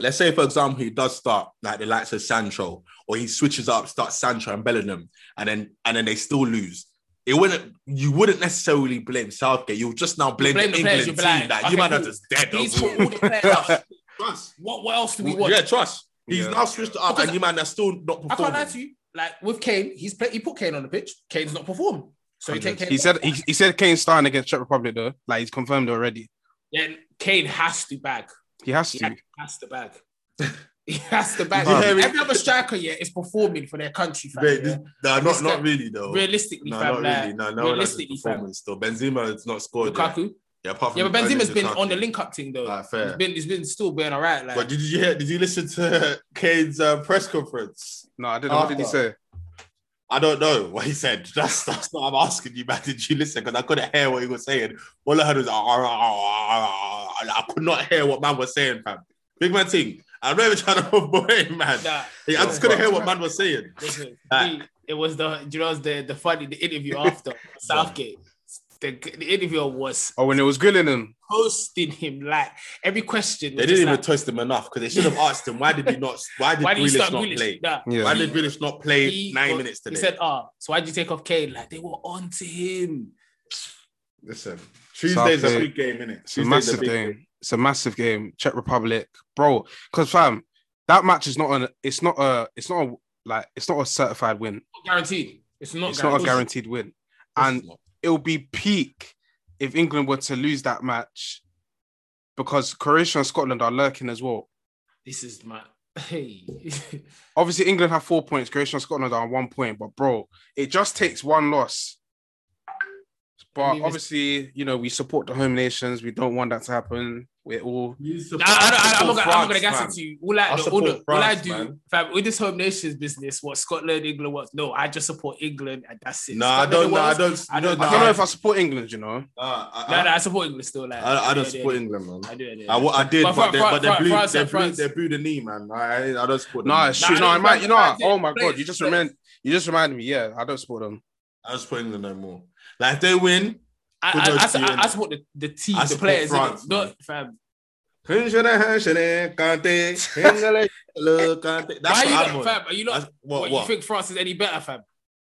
D: Let's say, for example, he does start like the likes of Sancho, or he switches up, starts Sancho and Bellingham, and then and then they still lose. It wouldn't. You wouldn't necessarily blame Southgate. You'll just now blame,
E: blame
D: the
E: the players,
D: England
E: you'll be like,
D: team. that you
E: okay,
D: might have
E: cool.
D: just dead.
E: He's
D: us.
E: put all the players out.
D: trust.
E: What, what else do we want?
D: Yeah, trust. He's
C: Yeah.
D: now switched it up,
E: Because
D: and you might have still not
E: I can't
D: performing.
E: lie to you. Like with Kane, he's play, he put Kane on the pitch. Kane's not performed. So you take Kane.
C: He said he, he said Kane's starting against Czech Republic though. Like he's confirmed already.
E: then Kane has to bag.
C: He has
E: He
C: to.
E: has to bag. He has to bag.
D: Did you hear me?
E: Every other striker yeah is performing for their country. Fam,
D: Wait,
E: yeah.
D: this- nah, not
E: This
D: not
E: guy-
D: really though.
E: Realistically,
D: no,
E: fam,
D: not
E: like,
D: really. No, no one has his
E: realistically, fam.
D: performance still. Benzema has not scored. yet.
E: Lukaku.
D: Yeah, apart from
E: Yeah, but
D: only
E: Benzema's been on the
D: Lukaku.
E: link up thing though.
D: Like, fair.
E: He's been he's been still being all right. Like
D: But did you hear? Did you listen to Kane's uh, press conference?
C: No, I didn't. What did he say?
D: I don't know what he said. That's that's what I'm asking you, man. Did you listen? Because I couldn't hear what he was saying. All I heard was "Ah, ah, ah, ah, ah." I could not hear what man was saying, fam. Big man thing. I'm not even trying to avoid man.
E: nah,
D: I just couldn't hear what man was saying.
E: listen,
D: Nah.
E: he- it was the you know it was the the funny the interview after Southgate. The, the interviewer was
C: Oh, when it was grilling him.
E: hosting him like every question.
D: They
E: was
D: didn't
E: just
D: even
E: like,
D: toast him enough because they should have asked him why did he not? Why did,
E: why did you
D: Grealish
E: start
D: not
E: Grealish?
D: play?
E: Nah.
C: Yeah.
D: Why did Grealish not play
E: He
D: nine
E: was-
D: minutes today?
E: He said, "Ah, so why did you take off Kane? Like they were on to him."
D: Listen, Tuesday's a
C: Southgate.
D: big game, innit?
C: It's a
D: Tuesday's
C: massive
D: a big game.
C: game. It's a massive game. Czech Republic, bro. Because fam, that match is not an. It's not a. It's not a, like. It's not a certified win.
E: Not guaranteed. It's not.
C: it's not a
E: guaranteed.
C: guaranteed win. And it would be peak if England were to lose that match because Croatia and Scotland are lurking as well.
E: This is my hey.
C: Obviously, England have four points, Croatia and Scotland are on one point, but bro, it just takes one loss.
E: I
C: But
E: mean, it's-
C: obviously, you know, we support the home nations. We don't want that to happen. We're all
E: Nah, I, I, I'm, not gonna, I'm not gonna
D: France,
E: gas
D: man.
E: it to you. All I,
D: I
E: no, all,
D: support
E: the, all I
D: France,
E: do,
D: man.
E: fam, with this home nations business, what Scotland, England, what? No, I just support England, and that's it.
D: No, I don't.
E: Scotland,
D: No, I
E: Wales,
D: don't.
E: I don't
C: I don't know if I support England, you know.
D: Nah, Ah, I-
E: No, no, I support England still. Like,
D: I, I don't
E: yeah, yeah,
D: support
E: yeah.
D: England, man.
E: I do. yeah, yeah.
D: I, wa- I did,
E: But
D: but,
E: Fran-
D: they, but they
E: Fran-
D: blew,
E: France-
D: they, blew,
E: France-
D: they blew the knee, man. I, I don't support them.
C: Nah,
D: man.
E: Nah, I
C: shit, no,
E: don't
C: it might, you know,
E: support
C: oh my
E: England.
C: god, you just remind, you just reminded me. Yeah, I don't support them.
D: I don't support England no more. Like if they win,
E: I,
D: Good luck
E: I,
D: to
E: I,
D: you,
E: I, I
D: innit?
E: support the, the team,
D: I
E: the
D: support
E: players.
D: France,
E: innit? Not, fam.
D: that's
E: Why you
D: what I'm
E: not,
D: on.
E: fam? Are you not?
D: That's-
E: What,
D: What?
E: You
D: What?
E: think France is any better, fam?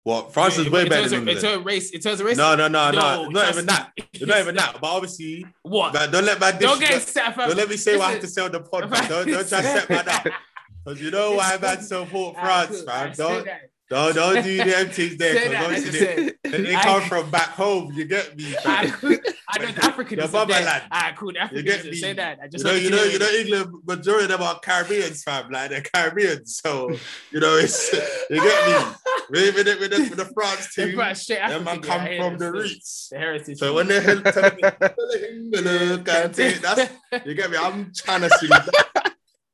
D: What? France is
E: In-
D: way
E: in
D: better
E: terms
D: than
E: of- In
D: England.
E: terms of race, in terms of race.
D: No, no, no, no.
E: No,
D: Not even
E: trust
D: that. Not even that. But obviously,
E: What?
D: but don't let my dish.
E: Don't get
D: Don't
E: upset, fam.
D: don't let me say what I have to
E: Listen,
D: say on the pod.
E: Fam,
D: man. Don't don't try to set my down. Because you know why man support France, man. Don't, don't, don't do them things there. 'cause
E: Say that,
D: obviously
E: I just
D: they, they
E: I-
D: come from back home. You get me?
E: I,
D: fam?
E: I know the African
D: Your
E: is there.
D: motherland.
E: Alright, cool. The African
D: get
E: is
D: me?
E: say that. I
D: You
E: just
D: know,
E: wanted
D: you
E: to
D: know,
E: hear
D: you know, England majority of them are Caribbeans, fam. Like they're Caribbeans, so you know, it's you get me. With, with, the, with, the, with the France
E: They're
D: team,
E: right, straight
D: them man
E: African,
D: come
E: yeah, I hear
D: from
E: this,
D: the
E: this-
D: roots.
E: The heritage.
D: So when they tell me, tell him to look at it, that's you get me. I'm trying to see. That.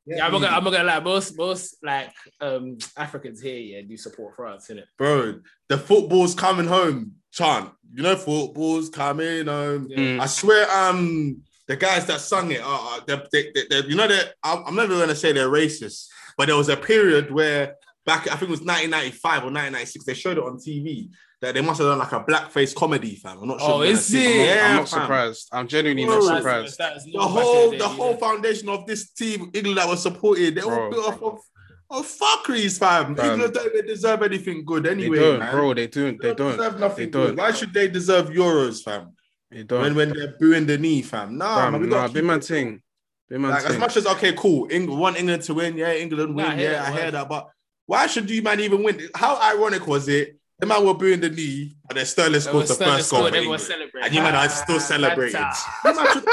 E: yeah, I'm not, gonna, I'm not gonna lie. Most, most like um Africans here, yeah, do support France, innit?
D: bro. The football's coming home chant. You know, football's coming home.
C: Mm.
D: I swear, um, the guys that sung it, uh, uh, they, they, they, they- you know that I'm I'm never gonna say they're racist, but there was a period where back, I think it was 1995 or 1996, they showed it on TV that they must have done like a blackface comedy, fam. I'm not sure.
E: Oh,
D: man.
E: is
D: I'm not-
E: it?
D: Yeah,
C: I'm not
D: fam.
C: surprised. I'm genuinely
D: Bro,
C: not
D: that's-
C: surprised.
D: The whole, the whole foundation of this team, England that was supported, they all
C: Bro.
D: built off of, of fuckeries, fam.
C: Fam.
D: England don't even deserve anything good
C: They
D: anyway,
C: don't,
D: man.
C: bro. They don't. They don't.
D: deserve
C: They
D: nothing
C: don't.
D: good. Why should they deserve euros, fam?
C: They
D: When
C: don't.
D: when they're booing the knee, fam. Nah, man, we
C: Fam,
D: gotta
C: nah,
D: keep
C: be my thing. Be my
D: Like as
C: thing.
D: much as okay, cool. England want England to win, yeah, England win,
E: Nah, I hear
D: yeah,
E: that,
D: I
E: word.
D: hear that. But why should you man even win? How ironic was it? The man were booing the knee, and then Sterling scored the first goal. for
E: Everyone
D: England.
E: celebrating.
D: And you man are still celebrating. You man should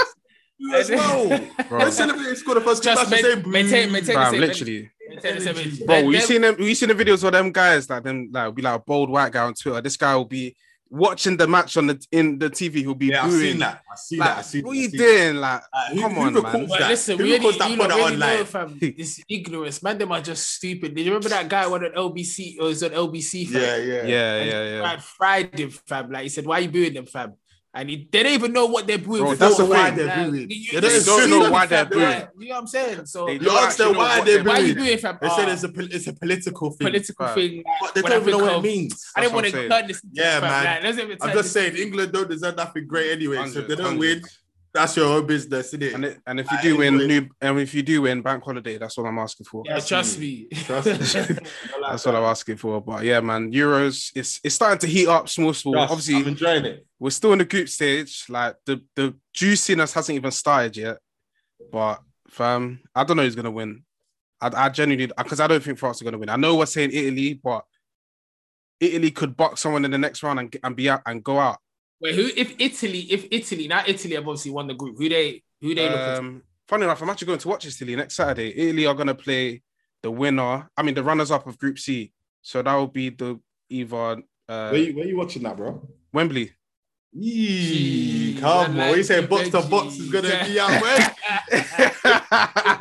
D: boo as well.
C: Bro.
D: They celebrate scored the first goal.
E: Just
D: man should
E: ma-
D: say boo.
E: maintain- maintain-
C: Fam,
E: same
C: literally.
E: Maintain the same-
C: Bro,
E: Them-
C: you
E: them-
C: seen them? You seen the videos of them guys like them like be like a bold white guy on Twitter. This guy will be watching the match on the in the TV. He'll be
D: Yeah, I've
C: booing.
D: seen that. I see
C: Like,
D: that. I see
C: what
D: that. I
C: you
D: see
C: doing? Like,
D: that. Who-
C: come
D: who
C: on,
D: records
C: man.
E: But
D: that?
E: listen,
D: Who
E: we only,
D: records
E: you lot
D: that put
E: really
D: that
E: know,
D: online?
E: fam, this ignorance. Man, them are just stupid. Did you remember that guy on an LBC? Or was on LBC? Fam?
D: Yeah, yeah.
C: yeah, yeah,
E: And
C: yeah.
E: Fried, fried him, fam. Like he said, why you booing them, fam? And he, they don't even know what they're booing.
C: Bro,
E: for.
C: that's the
E: Like,
D: thing. They're booing.
E: you-
D: They
E: you
D: don't
E: see
D: know
E: them,
C: why they're
E: fam. They're
C: booing.
E: like, You know what I'm saying? So
C: They
D: You
C: don't
D: ask them
C: actually know
D: why
C: what
D: they're
C: they're
E: why are you
D: booing.
E: doing, fam?
D: They
E: Ah,
D: said it's a pol- it's a political thing.
E: political
C: fam.
E: thing. Like,
D: But they
E: when I
D: don't even know
E: think
D: what it
E: of-
D: means.
E: I didn't
C: That's
E: want
C: what
E: to
C: I'm
E: turn this.
D: Yeah,
E: fam.
D: man.
E: Like, let's even
D: I'm
E: turn
D: just
E: this-
D: saying England don't deserve nothing great anyway. So if they
C: Hundred,
D: don't
C: hundred.
D: win, that's your own business, isn't it?
C: And, it, and if you
D: Like,
C: do win,
D: anyway.
C: new, and if you do win, bank holiday. That's what I'm asking for.
E: Yeah, trust me.
D: Trust me.
C: That's what I'm asking for. But yeah, man, Euros, it's it's starting to heat up small small.
D: Trust,
C: Obviously,
D: I'm enjoying it.
C: we're still in the group stage. Like the the juiciness hasn't even started yet. But fam, I don't know who's gonna win. I, I genuinely because I don't think France are gonna win. I know we're saying Italy, but Italy could box someone in the next round and, and be out and go out.
E: Wait, who? If Italy, if Italy, now Italy have obviously won the group. Who they? Who they looking to?
C: Um, funny enough, I'm actually going to watch Italy next Saturday. Italy are gonna play the winner. I mean, the runners up of Group C. So that will be the either uh,
D: Where you, where you watching that, bro?
C: Wembley.
D: Yee,
E: Jeez,
D: come
E: man,
D: on. He
E: like
D: said
E: you
D: box to
E: veggies.
D: box is going to be out, man.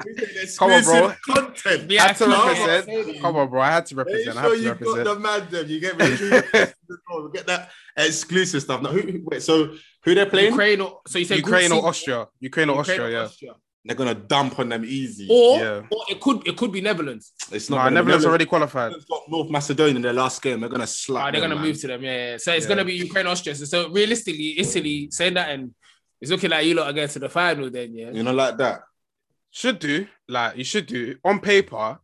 D: He said
C: Come on, bro.
D: exclusive Content.
E: Yeah,
C: had to
E: come on.
C: represent. Come on, bro. I had to
D: Make
C: represent. I
D: sure
C: had to
D: you got
C: represent.
D: the man, them. You get me? Make sure you got the goal. get that exclusive stuff. Now, who, who- wait, so who they're playing?
E: Ukraine or so you said Group
C: Ukraine
E: C,
C: or Austria. Ukraine or
E: Ukraine
C: Austria, yeah.
D: They're going to dump on them easy.
E: Or,
C: Yeah.
E: or it could it could be Netherlands.
D: it's
C: No,
D: gonna be-
C: Netherlands already qualified.
D: Netherlands got North Macedonia in their last game. They're going to slap.
E: Ah, they're
D: them,
E: gonna
D: man.
E: move to them, yeah. yeah. So it's
C: Yeah.
E: gonna be Ukraine Austria. So, so realistically, Italy saying that and it's looking like you lot are going to the final then, yeah.
D: You know, like that.
C: Should do. Like you should do. On paper,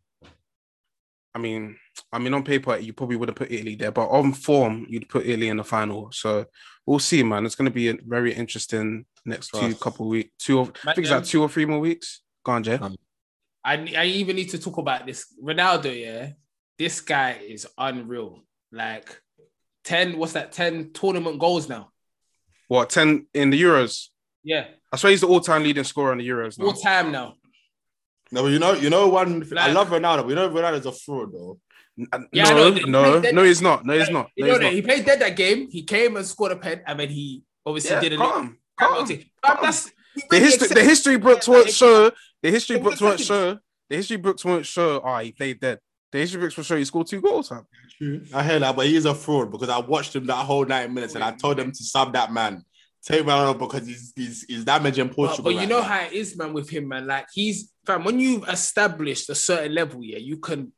C: I mean, I mean, on paper, you probably wouldn't put Italy there, but on form, you'd put Italy in the final. So we'll see, man. It's gonna be a very interesting next two
D: Trust.
C: couple weeks. Two of I
E: Man,
C: think it's
E: um,
C: like two or three more weeks. Go on, Jay.
E: I ne- I even need to talk about this Ronaldo, yeah. This guy is unreal. Like 10, what's that? 10 tournament goals now.
C: What, 10 in the Euros?
E: Yeah.
C: I swear he's the all-time leading scorer in the Euros now.
E: All time now.
D: No, but you know, you know one. thing- I
E: Like-
D: love Ronaldo. but You know Ronaldo's a fraud though.
E: Yeah, I
C: no,
E: know.
C: no,
E: They-
C: no, he's not. No, he's not.
E: You
C: No, he's
E: know that
C: not.
E: he played dead that game. He came and scored a pen, and then he obviously
C: Yeah,
E: did a little
C: calm, calm.
E: penalty.
C: calm.
E: But that's- we
C: the
E: really
C: history, the
E: accept-
C: history books
E: Yeah,
C: won't
E: like,
C: show. The history
E: it
C: books
E: was
C: won't show. The history books won't show. Ah, he played dead. The history books will show he scored two goals. Huh?
D: I hear that, but he's a fraud because I watched him that whole nine minutes and I told him to sub that man. Take Ronaldo because he's he's, he's damaging
E: But,
D: Portugal.
E: but you
D: right
E: know
D: now.
E: how it is, man, with him, man. Like he's fam, when you've established a certain level, yeah, you can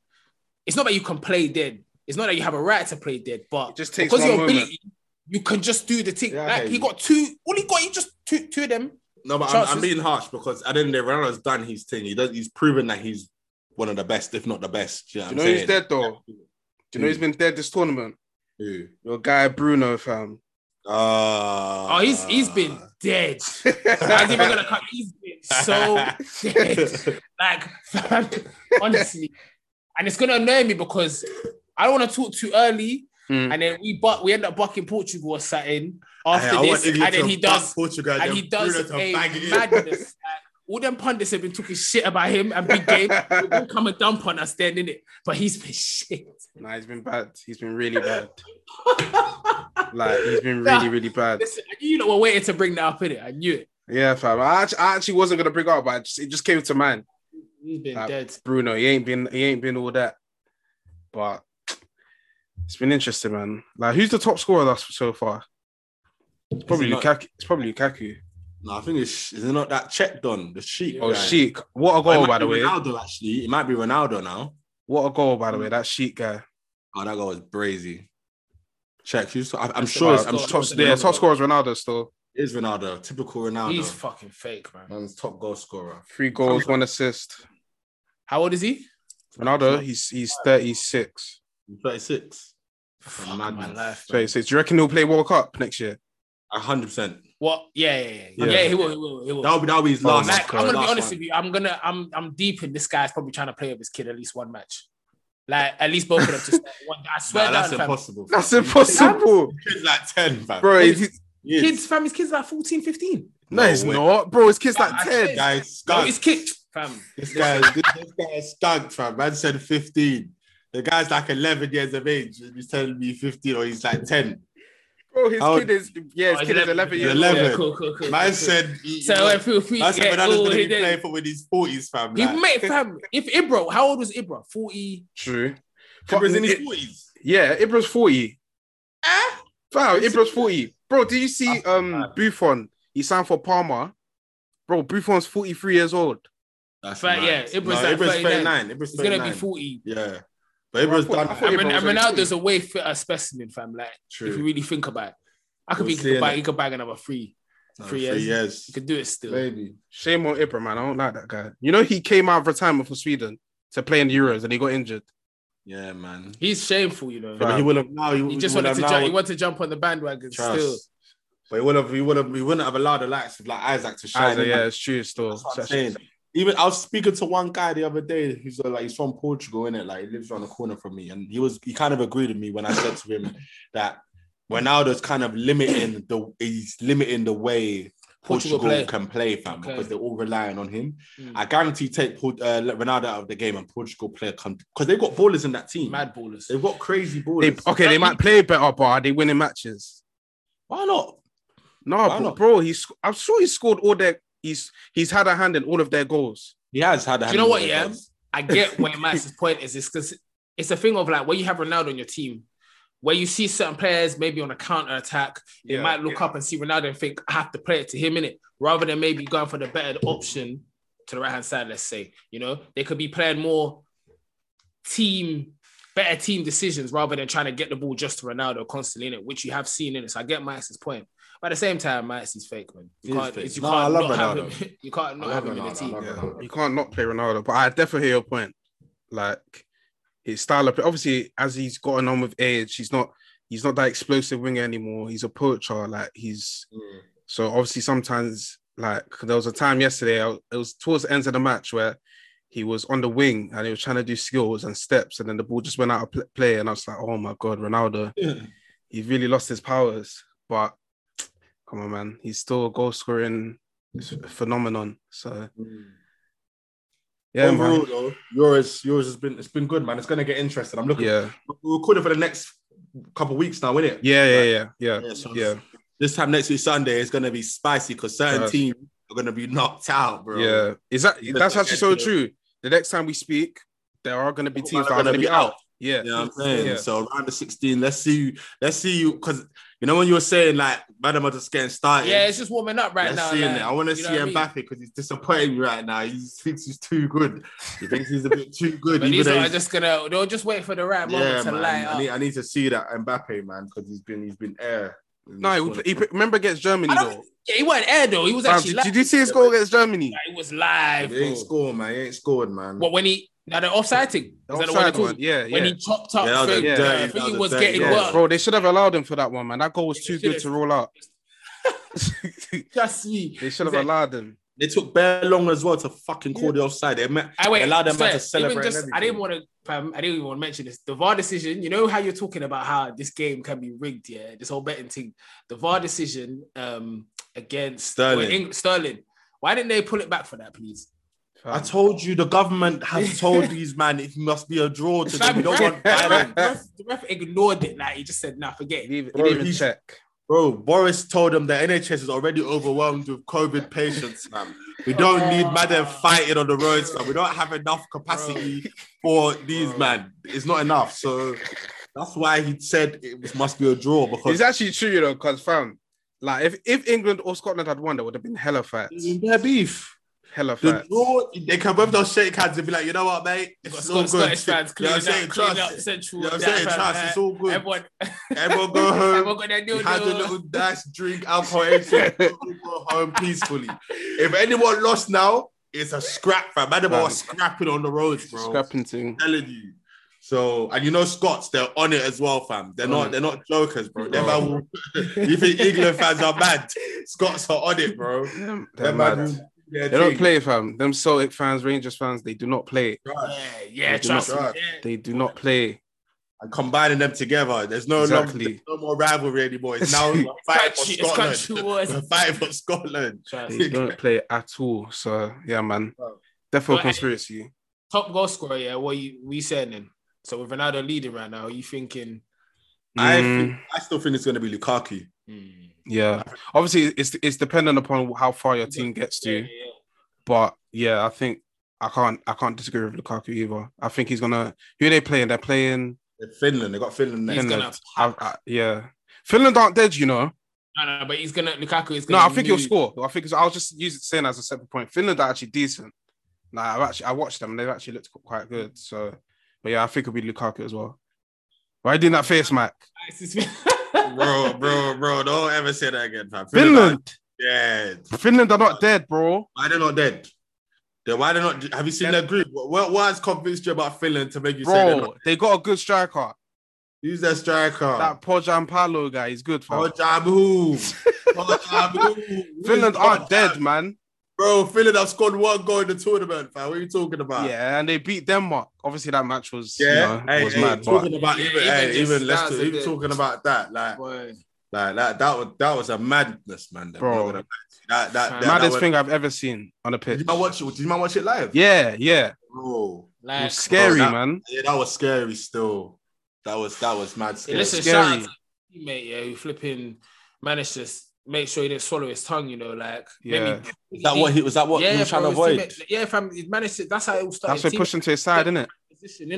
E: it's not that you can play dead. It's not that you have a right to play dead, but
C: It just takes
E: because of
C: one
E: your
C: moment.
E: ability, you can just do the thing.
D: Yeah, I
E: like
D: hear
E: he
D: you.
E: got two, all he got, he just two two of them.
D: No, but I'm, I'm
E: Chances-
D: being harsh because at the end of the day, Ronaldo's done his thing. He does. He's proven that he's one of the best, if not the best. Do you know,
C: Do
D: what
C: you
D: I'm
C: know
D: saying?
C: he's dead though? Do you know he's been dead this tournament?
D: Who?
C: Your guy Bruno, fam.
D: Uh,
E: Oh, he's he's
C: Ah.
E: been dead. Not even gonna come. He's been so dead. Like honestly, and it's gonna annoy me because I don't want to talk too early,
C: Mm.
E: and then we but we end up bucking Portugal or something
D: Hey,
E: after
D: I want
E: this,
D: England
E: and then
D: to
E: he
D: fuck
E: does
D: Portugal
E: and
D: then
E: he does
D: Bruno to
E: a
D: bang it.
E: madness. Like, all them pundits have been talking shit about him and big game. They all come and dump on us then, innit? But he's been shit.
C: Nah, he's been bad. He's been really bad. like he's been really,
E: Nah.
C: really bad.
E: Listen, I knew you know, we're waiting to bring that up, innit? I knew it.
C: Yeah, fam. I actually, I actually wasn't gonna bring it up, but I just, it just came to mind.
E: He's been
C: Nah.
E: dead.
C: Bruno, he ain't been, he ain't been all that. But it's been interesting, man. Like, who's the top scorer thus so far? It's probably
D: it not-
C: Lukaku. It's probably Lukaku.
D: No, I think it's is it not that check done the sheep.
C: Oh,
D: guy?
C: Sheik. What a
D: Oh, it
C: goal,
D: might
C: by
D: be
C: the way.
D: Ronaldo actually. It might be Ronaldo now.
C: What a goal, by the way. That Sheik guy.
D: Oh, that guy was brazy. Check. Who's, I, I'm sure. It's, I'm
E: Top-
D: sure
C: Top,
D: it's
C: yeah,
D: Ronaldo.
C: top scorer is Ronaldo still.
D: It is Ronaldo. Typical Ronaldo.
E: He's fucking fake, man.
D: Man's top goal scorer.
C: Three goals, one assist.
E: How old is he?
C: Ronaldo, he's he's 36.
D: He's 36.
E: Fuck my
D: madness.
E: life. man.
C: 36. Do you reckon he'll play World Cup next year?
D: 100. percent
E: What? Yeah, yeah, yeah.
C: Yeah.
E: Yeah, he will, he will, he will.
D: That'll be that'll be his
C: Oh
D: last.
C: my
E: like, I'm gonna be
D: last
E: honest
D: one.
E: with you. I'm gonna, I'm, I'm deep in this guy's probably trying to play with his kid at least one match. Like at least both of them. Just one. I swear
D: Nah,
E: down,
D: that's
E: fam.
D: impossible.
C: That's
D: fam.
C: impossible,
D: He's like 10, fam.
C: bro. if he-
D: He is.
E: Kids, fam, his kids are like 14, 15.
C: no,
D: No
C: it's
D: way.
C: not, bro. His kid's
E: Yeah,
C: like
E: I
C: 10.
E: said-
D: Guys,
E: No,
D: guys,
E: his kid, fam.
D: This guy, is- this, this guy is skunked, fam. Man said 15. The guy's like 11 years of age. and He's telling me 15 or he's like 10.
C: Bro, his
D: How-
C: kid is, yeah, his
E: Oh, he's
C: kid is 11 years old.
D: 11.
E: Yeah, cool, cool, cool.
D: Man
E: cool.
D: said, he,
E: so I feel free. to
D: man said
E: get all
D: Ronaldo's going to
E: he
D: be playing
E: did.
D: for when he's 40s, fam.
E: He
D: like.
E: mate, fam. If Ibro, how old was Ibro? 40.
C: True. Fuck,
D: Keeper's in his
C: it-
D: 40s.
C: yeah, Ibra's 40.
E: Ah,
C: E. Wow, Ibra's 40. E. Bro, do you see um Buffon? He signed for Parma. Bro, Buffon's 43 years old.
D: That's
E: But
D: mad.
E: yeah, Ibra's like 39.
D: Ibra's
E: he's gonna be
D: 39.
E: 40.
D: Yeah. But Ibra's
C: Bro, I
D: done.
C: thought- I thought
E: And
C: Ibra
E: Ren-
C: was
E: and
C: only 20.
E: Ronaldo's a way fitter specimen, fam. Like if you really think about it. I could be
D: We'll see,
E: he could, bag,
D: innit?
E: he could bag another three.
D: No,
E: three years.
D: years.
E: He could do it still.
D: Maybe.
C: Shame on Ibra, man. I don't like that guy. You know, he came out of retirement for Sweden to play in the Euros and he got injured.
D: Yeah, man.
E: He's shameful, you know.
D: But he would have now. He,
E: He
D: would-
E: just
D: would
E: wanted
D: have
E: to
D: now-
E: jump, he wanted to jump on the bandwagon
D: Trust.
E: still.
D: But he would have. He would have. He wouldn't have allowed the likes of like Isaac to shine.
C: Either,
D: innit?
C: yeah, it's true still.
D: That's what I'm saying. Even I was speaking to one guy the other day who's uh, like he's from Portugal, in it, like he lives around the corner from me, and he was he kind of agreed with me when I said to him that Ronaldo's kind of limiting the he's limiting the way
E: Portugal
D: Portugal,
E: play.
D: can play, fam,
E: Okay.
D: because they're all relying on him.
E: Mm.
D: I guarantee take Port- uh, let Ronaldo out of the game and Portugal play come because they've got ballers in that team.
E: Mad ballers.
D: They've got crazy
C: They,
D: ballers.
C: okay, they might play better, but are they winning matches?
D: Why not?
C: No,
D: Why
C: bro,
D: not?
C: bro, he's I'm sure he scored all their he's he's had a hand in all of their goals.
D: He has had. a
E: Do you
D: hand
E: know
D: in
E: what,
D: the
E: yeah?
D: goals.
E: I get where Max's point is. It's because it's a thing of like when you have Ronaldo on your team, where you see certain players maybe on a counter attack, they
C: Yeah,
E: might look up and see Ronaldo and think, I have to play it to him in it, rather than maybe going for the better option to the right hand side, let's say. You know, they could be playing more team, better team decisions rather than trying to get the ball just to Ronaldo constantly in it, which you have seen in it. So I get Max's point. But at the same time, Max is fake, man. You
D: He is
E: can't,
D: fake.
E: you
D: No,
E: can't
D: I love
E: not have
D: Ronaldo.
E: him. You can't not
D: I love
E: have him in the
D: Ronaldo, I
E: team.
D: love
C: Yeah.
D: Ronaldo.
C: You can't not play Ronaldo, but I definitely hear your point. Like his style of play, obviously, as he's gotten on with age, he's not he's not that explosive winger anymore. He's a poacher, like he's
D: Mm.
C: so obviously sometimes like there was a time yesterday, I- it was towards the end of the match where he was on the wing and he was trying to do skills and steps, and then the ball just went out of pl- play, and I was like, oh my god, Ronaldo, he really lost his powers. But come on, man, he's still a goal scoring phenomenon. So
D: Mm.
C: yeah,
D: Overall,
C: man.
D: though, yours yours has been it's been good, man. It's gonna get interesting. I'm looking.
C: Yeah,
D: We're recording for the next couple weeks now, innit?
C: yeah, yeah, yeah, yeah,
D: Yeah, so
C: yeah,
D: This time next week Sunday is gonna be spicy because certain
C: Yes.
D: teams are gonna be knocked out, bro.
C: yeah. Is that
D: Yeah,
C: that's
D: yeah,
C: actually so
D: yeah.
C: true? The next time we speak, there are going to be
D: People
C: teams
D: are
C: that are
D: gonna
C: going to
D: be
C: be out.
D: out.
C: Yeah,
D: You know what I'm saying?
C: Yeah.
D: So round the 16, let's see you, let's see you because you know when you were saying like madam are just getting started.
E: Yeah, it's just warming up right
D: Let's
E: now.
D: see
E: like,
D: innit? I want to
E: you
D: see
E: know what I mean?
D: Mbappe because he's disappointing me right now. He thinks he's too good. He thinks he's a bit too good.
E: But
D: even
E: these
D: though
E: are
D: he's-
E: just gonna they'll just wait for the right moment
D: yeah,
E: to
D: man.
E: light
D: I need,
E: up.
D: I need to see that Mbappe man because he's been he's been air.
C: No, he, pl- he pl- remember against Germany
E: I
C: though.
E: don't- Yeah, he wasn't air though. He was
C: Fam,
E: actually
C: did,
E: live.
C: did you see his goal against Germany?
E: Like, He was live.
D: He ain't
E: bro.
D: scored, man. He ain't scored, man.
E: What when he now the offside thing? Is that the one they
C: Offside
E: call
C: one,
E: it?
C: Yeah, yeah.
E: When he chopped up,
D: Yeah, that was
E: thing,
D: a
E: uh,
D: dirty-
E: thing
D: that was a
E: was
D: dirty
E: getting
D: goal.
E: worse.
C: Bro, they should have allowed him for that one, man. That goal was too good
E: should've-
C: to roll out.
E: Just me.
C: They should have
E: Exactly.
C: allowed him.
D: They took bare long as well to fucking call the offside. They, ma-
E: I wait.
D: they allowed them
E: sorry,
D: man to celebrate.
E: Even
D: and
E: just, I didn't
D: everything.
E: want to. Um, I didn't even want to mention this. The VAR decision. You know how you're talking about how this game can be rigged. Yeah, this whole betting thing. The VAR decision um, against
D: Sterling.
E: Eng- Sterling. Why didn't they pull it back for that, please?
D: I told you the government have told these man it must be a draw to them. We don't want
E: the,
D: violence.
E: ref, the ref ignored it. Like he just said, "Nah, forget."
C: He didn't
E: it."
C: even- he
D: Bro,
C: didn't even
D: he's-
C: check.
D: Bro, Boris told them the NHS is already overwhelmed with COVID patients, man. We don't need madam fighting on the roads, man. We don't have enough capacity for these man. It's not enough. So that's why he said it was- must be a draw because
C: It's actually true, you know, because fam, like if, if England or Scotland had won, there would have been hella fights.
D: it's bare beef.
C: Hella
D: Mm. The
C: fights.
D: draw, they can both just shake hands and be like, you know what, mate,
E: You've got
D: it's all
E: Scott-
D: good.
E: Scottish fans
D: you
E: cleaning
D: know what I'm saying?
E: up, cleaning up
D: Trust.
E: central.
D: You know what I'm
E: that
D: saying?
E: fan,
D: Trust.
E: uh,
D: It's all good. Everyone,
E: Everyone,
D: go home.
E: everyone got their
D: You had a
E: deal.
D: little nice drink, alcohol, everything. You go home peacefully. If anyone lost now, it's a scrap, fam. Man, they
C: Fam.
D: were scrapping on the roads, bro.
C: Scrapping thing.
D: I'm telling you. So, and you know Scots, they're on it as well, fam. They're not, they're not jokers, bro. They're
C: Bro.
D: man will- you think England fans are mad? Scots are on it, bro.
C: Them-
D: They're
C: they're mad.
D: will do their
C: They don't
D: thing.
C: play, fam. Them Celtic fans, Rangers fans, they do not play.
E: Yeah, yeah,
C: They do not
E: trust me.
D: drive.
E: yeah.
C: They do not play.
D: and combining them together. There's no
C: Exactly.
D: long, there's no more rivalry anymore. It's now
C: It's
D: we're fighting for
E: Country- it's country
D: Scotland.
E: wars.
D: We're fighting for Scotland.
E: Trust
C: They
E: me.
C: don't play at all. So yeah, man.
D: Bro.
C: Definitely
E: But-
C: conspiracy.
E: Top goal scorer, yeah. What you we saying then? So with Ronaldo leading right now, are you thinking?
D: I
C: Mm.
D: think, I still think it's going to be Lukaku.
E: hmm,
C: Yeah, obviously it's it's dependent upon how far your team gets
E: yeah,
C: to,
E: yeah, yeah.
C: but yeah, I think I can't I can't disagree with Lukaku either. I think he's gonna who are they playing? They're playing
D: They're Finland, they got Finland next.
E: He's gonna
C: Finland. I- I- yeah, Finland aren't dead, you know.
E: No, no, but he's gonna Lukaku is
C: No,
E: gonna.
C: I think he'll
E: move.
C: score. I think I was just using saying as a separate point. Finland are actually decent. Nah, I've actually I watched them. and They've actually looked quite good. So, but yeah, I think it'll be Lukaku as well. Why you doing that face, Mac?
D: bro, bro, bro, don't ever say that again, fam.
C: Finland,
D: yeah.
C: Finland are not dead, bro.
D: Why they're not dead? Then why they're not? Have you seen that group? What, what has convinced you about Finland to make you say they're not? Oh.
C: Bro, they got a good striker.
D: Who's their striker?
C: That Pojan Palo guy, he's good.
D: Oh,
C: Fam.
D: Kojabu. Kojabu.
C: Finland aren't dead, man.
D: Bro, Finland have scored one goal in the tournament, fam. What are you talking about?
C: Yeah, and they beat Denmark. Obviously, that match was
D: Ah. Yeah,
C: yeah,
D: hey,
C: was
D: hey,
C: mad. But
D: talking about
E: Yeah,
D: even,
E: even
D: hey,
E: just
D: even
E: that
D: Leicester,
E: was a
D: even
E: bit-
D: talking about that, like,
E: Boy,
D: like that, that was that was a madness, man. I'm
C: Bro.
D: not gonna lie to you. that that, that, that
C: maddest
D: was-
C: thing I've ever seen on a
D: Did
C: pitch.
D: you man watch it? Did you man watch it live?
C: Yeah, yeah,
D: bro.
C: it
E: like,
C: was scary,
D: that-
C: man.
D: Yeah, that was scary. Still, that was that was mad
E: yeah,
D: scary.
E: listen,
C: Scary.
E: shout out to my teammate, yeah, who flipping managed to s- make sure he didn't swallow his tongue. You know, like
C: Yeah.
E: maybe-
D: Is that what he was that what
E: yeah,
D: he was trying to
E: bro, his
D: avoid?
E: teammate- yeah, fam, he managed to. That's how it all
C: That's
E: started.
C: why
E: Teammate
C: pushing to his side, Mm, isn't it?
E: position,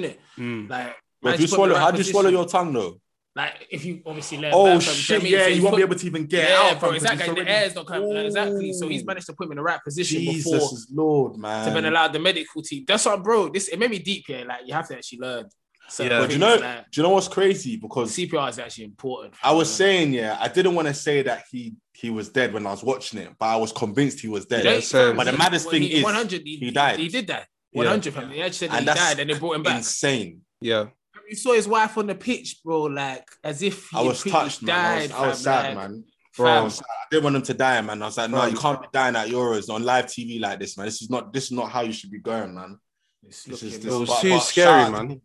E: innit? Like.
D: Bro,
E: managed
D: do you
E: to put
D: swallow?
E: the right
D: How do you swallow
E: position.
D: your tongue though?
E: Like if you obviously learn.
D: Oh
E: back from
D: shit!
E: Germany,
D: Yeah,
E: so
D: you
E: his
D: won't be
E: foot-
D: able to even get
E: yeah,
D: out.
E: bro,
D: fam, 'cause
E: exactly.
D: it's
E: The
D: already-
E: air's not coming. like, exactly. So he's
D: Ooh.
E: managed to put him in the right position before
D: Jesus Lord, man.
E: to been allowed the medical team. That's what, bro. This it made me deep here. Like you have to actually learn. So
C: Yeah.
D: But
E: things,
D: do you know?
E: like,
D: Do you know what's crazy? Because
E: CPR is actually important.
D: I was saying, yeah, I didn't want to say that he he was dead when I was watching it, but I was convinced he was dead.
C: Yeah, so-
D: But the maddest thing is,
E: 100. He,
D: he died.
E: He did that.
C: Yeah.
E: 100. fam. They actually said that
D: And
E: he
D: that's
E: died, and they brought him back.
D: Insane.
C: Yeah,
E: You saw his wife on the pitch, bro. Like as if he
D: I was
E: pretty
D: touched, man.
E: died,
D: I was, I was
E: fam,
D: sad,
E: like,
D: man. I,
E: fam.
D: was sad. I didn't want him to die, man. I was like, no,
C: Fam.
D: you can't be dying at Euros on live TV like this, man. This is not this is not how you should be going, man.
E: It's
D: This
E: looking-
D: is
C: it
D: this.
C: was
D: but-
C: too
D: but
C: scary,
D: shout
C: man.
D: out to-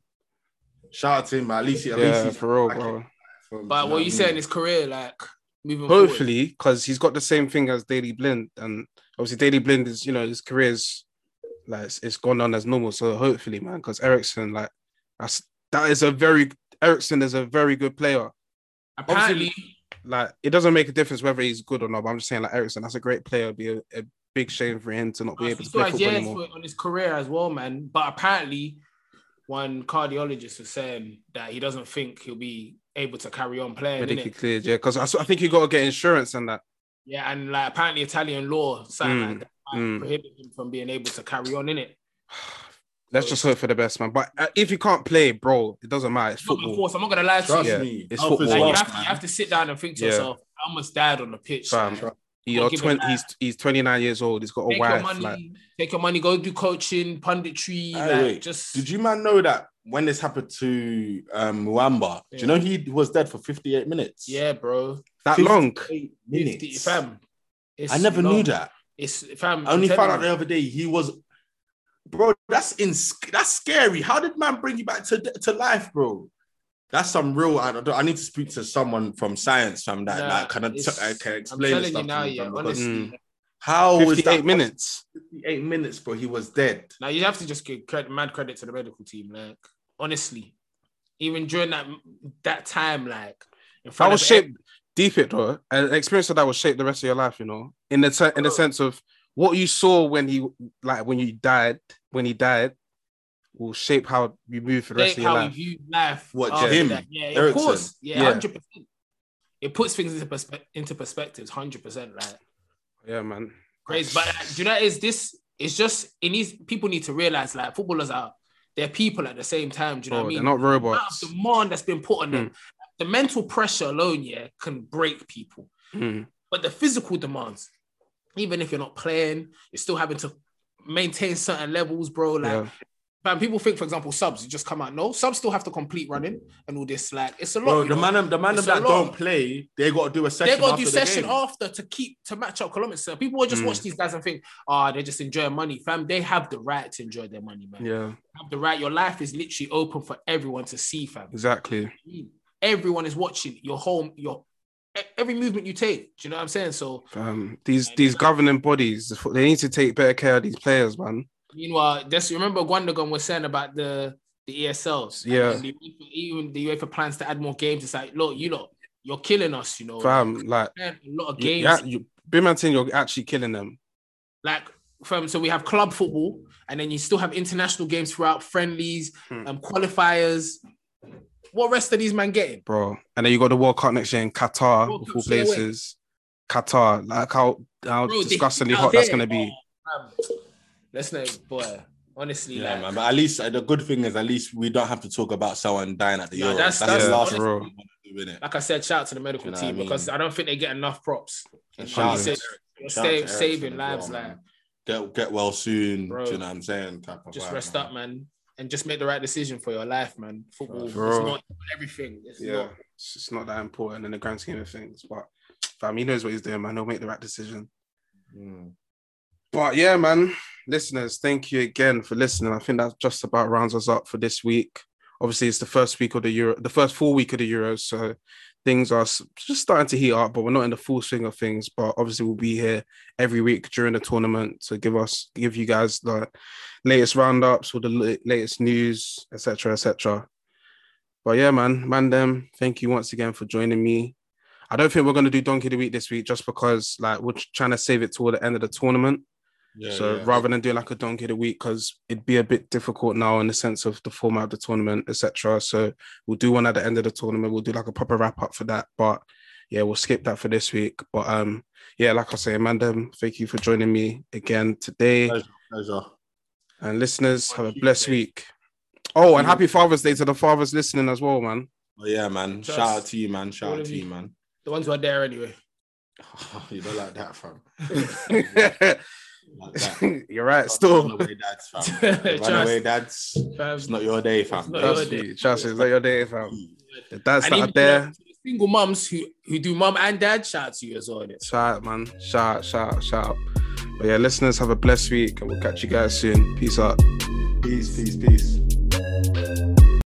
D: Shout out to him, man. At least, he- at
C: yeah,
D: least he's.
C: for real,
D: back
C: bro.
D: from-
E: But
D: know
E: what you
D: I
E: saying
D: mean?
E: his career, like moving forward.
C: Hopefully, because he's got the same thing as Daily Blind, and obviously Daily Blind is you know his career's like it's, it's gone on as normal. So hopefully, man, because Ericsson like that's that is a very Ericsson is a very good player.
E: apparently,
C: like it doesn't make a difference whether he's good or not. But I'm just saying, like Ericsson, that's a great player. It'd be a, a big shame for him to not be
E: I
C: able to
E: think
C: play
E: he has
C: football
E: years
C: anymore.
E: for- on his career as well, man. But apparently, one cardiologist was saying that he doesn't think he'll be able to carry on playing.
C: Medically
E: Innit?
C: cleared, yeah, because I, s- I think you got to get insurance and that.
E: Yeah, and like apparently Italian law something
C: Mm,
E: like that might
C: mm.
E: prohibit him from being able to carry on in it.
C: Let's just hope for the best, man. But uh, if you can't play, bro, it doesn't matter. It's
E: Not of
C: football.
E: course, I'm not gonna lie to
D: Trust
E: you.
C: Yeah,
D: me.
C: it's
D: Health
C: football.
D: is
E: Like, you,
D: wealth,
E: have to, you
D: man.
E: have to sit down and think to
C: Yeah.
E: yourself, almost died on the pitch.
C: Fam,
E: like,
C: You're
E: give it
C: 20,
E: that.
C: he's he's 29 years old. He's got a
E: Take your
C: wife.
E: money,
C: like,
E: take your money, go do coaching, punditry,
D: Aye,
E: like,
D: wait.
E: just
D: Did you man know that when this happened to um, Mwamba, do you know he was dead for 58 minutes?
E: yeah, bro.
C: that
D: Fifty-
C: long.
D: 58
E: 50,
D: minutes.
E: fam. It's
D: I never
E: long.
D: knew that.
E: It's fam.
D: I
E: I'm
D: only
E: telling
D: found out
E: you.
D: the other day he was, bro. That's in. That's scary. How did man bring you back to to life, bro? That's some real. I, don't, I need to speak to someone from science, from that.
E: Nah,
D: that can, I
E: it's-
D: can
E: I'm
D: explain. this
E: telling
D: stuff
E: you
D: to
E: now,
D: me,
E: yeah.
D: fam, because
E: Honestly,
C: Mm.
D: how was that
C: 58
D: possible?
C: minutes.
D: 58 minutes, bro. He was dead.
E: now you have to just give credit, mad credit to the medical team. Like honestly, even during that that time, like in
C: That
E: front
C: was
E: of
C: shaped deep it though. An experience of that will shape the rest of your life, you know. In the ter-
E: Oh.
C: in the sense of what you saw when he like when you died, when he died, will shape how you move for the rest
E: shape
C: of your
E: how we
C: life.
E: view life.
D: What,
E: after
D: Jim?
E: that. Yeah, of
D: Ericsson?
E: course. Yeah,
C: Yeah.
E: hundred percent. It puts things into perspe- into perspectives, hundred percent. Like
C: Yeah, man.
E: crazy. But like, do you know what it is this? It's just it needs people need to realize like footballers are they're people at the same time. Do you know
C: Bro,
E: what I
C: Oh, they're
E: mean?
C: not Hmm.
E: amount of
C: robots.
E: demand that's been put on them. The mental pressure alone, yeah, can break people.
C: Mm.
E: But the physical demands, even if you're not playing, you're still having to maintain certain levels, bro. Like,
C: Yeah.
E: man, people think, for example, subs you just come out. No, subs still have to complete running and all this. Like, it's a lot.
D: Bro,
E: you
D: the
E: know?
D: man, them- the man them
E: It's a
D: that
E: lot.
D: don't play, they got to do a session.
E: they gotta do
D: after the
E: session
D: game.
E: after to keep to match up kilometers. So people will just
C: Mm.
E: watch these guys and think, ah, they're just enjoying money, fam. They have the right to enjoy their money, man.
C: Yeah,
E: They have the right. Your life is literally open for everyone to see, fam.
C: exactly.
E: everyone is watching your home your e- every movement you take do you know what i'm saying so
C: Um, these these governing bodies, the fo- they need to take better care of these players, man.
E: meanwhile that's remember Guandagon was saying about the the esls
C: Yeah.
E: And the UEFA even the uefa plans to add more games it's like look you know you're killing us you know
C: Fam, like
E: a lot of games
C: yeah, you, Bimantin, you're actually killing them.
E: like from so we have club football and then you still have international games throughout friendlies
C: Hmm.
E: um qualifiers what rest are these men getting
C: bro. And then you got the World Cup next year in Qatar,
E: World
C: of
E: Cup
C: all
E: straight away.
C: places. Qatar, like how how
E: Bro, they-
C: disgustingly
E: out
C: hot that's
E: there,
C: gonna be.
E: um, let's not boy honestly
D: Yeah,
E: like,
D: man. But at least uh, the good thing is, at least we don't have to talk about someone dying at the
E: Yeah,
D: Euros.
E: that's-
D: That's,
E: that's-
D: the last
E: Yeah,
D: thing
E: for
D: we
C: real.
D: want to do, innit?
E: like I said, shout out to the medical
D: You know what
E: team
D: I mean?
E: because I don't think they get enough props.
D: And
E: Like
D: shout
E: you
D: out to
E: said,
D: Eric.
E: you're
D: Shout out
E: save-
D: to
E: saving
D: Ericsson as
E: lives,
D: well,
E: like
D: man. Get, get well soon.
E: Bro.
D: do you know what I'm saying? Type of
E: just
D: vibe,
E: rest
D: man.
E: up, man, and just make the right decision for your life, man. Football is
C: Bro.
E: not everything. It's
C: Yeah,
E: not.
C: it's just not that important in the grand scheme of things. But fam, he knows what he's doing, man. He'll make the right decision.
D: Mm.
C: But yeah, man, listeners, thank you again for listening. I think that just about rounds us up for this week. Obviously, it's the first week of the Euro, the first full week of the Euros, so things are s- just starting to heat up. But we're not in the full swing of things. But obviously, we'll be here every week during the tournament to give us, give you guys the latest roundups, all the la- latest news, etc., etc. But yeah, man, man, them, thank you once again for joining me. I don't think we're going to do Donkey of the Week this week just because like we're trying to save it toward the end of the tournament
D: Yeah,
C: so
D: yeah.
C: rather than doing like a donkey of the week, because it'd be a bit difficult now in the sense of the format of the tournament, etc. So we'll do one at the end of the tournament. We'll do like a proper wrap up for that. But yeah, we'll skip that for this week. But um, yeah, like I say, Amanda, thank you for joining me again today.
D: Pleasure.
C: And listeners, have a blessed week. Oh, and happy Father's Day to the fathers listening as well, man.
D: Oh, yeah, man.
E: Just-
D: Shout out to you, man. Shout
E: all
D: out
E: of
D: to
E: you.
D: you, man.
E: The ones who are there anyway.
D: you don't like that, fam. Like that.
C: You're right, still.
D: Runaway dads, fam.
E: Trust,
D: Runaway dads.
E: fam.
D: It's not your day, Mm. fam.
E: It's not your
C: Trust me, trust me, it's not your day, fam. The dads that
E: And even
C: are
E: to
C: there.
E: the single mums who who do mum and dad, shout out to you as well. innit?
C: Shout out, man. Shout out, shout out, shout out. But yeah, listeners, have a blessed week and we'll catch you guys soon. Peace out.
D: Peace, peace, peace.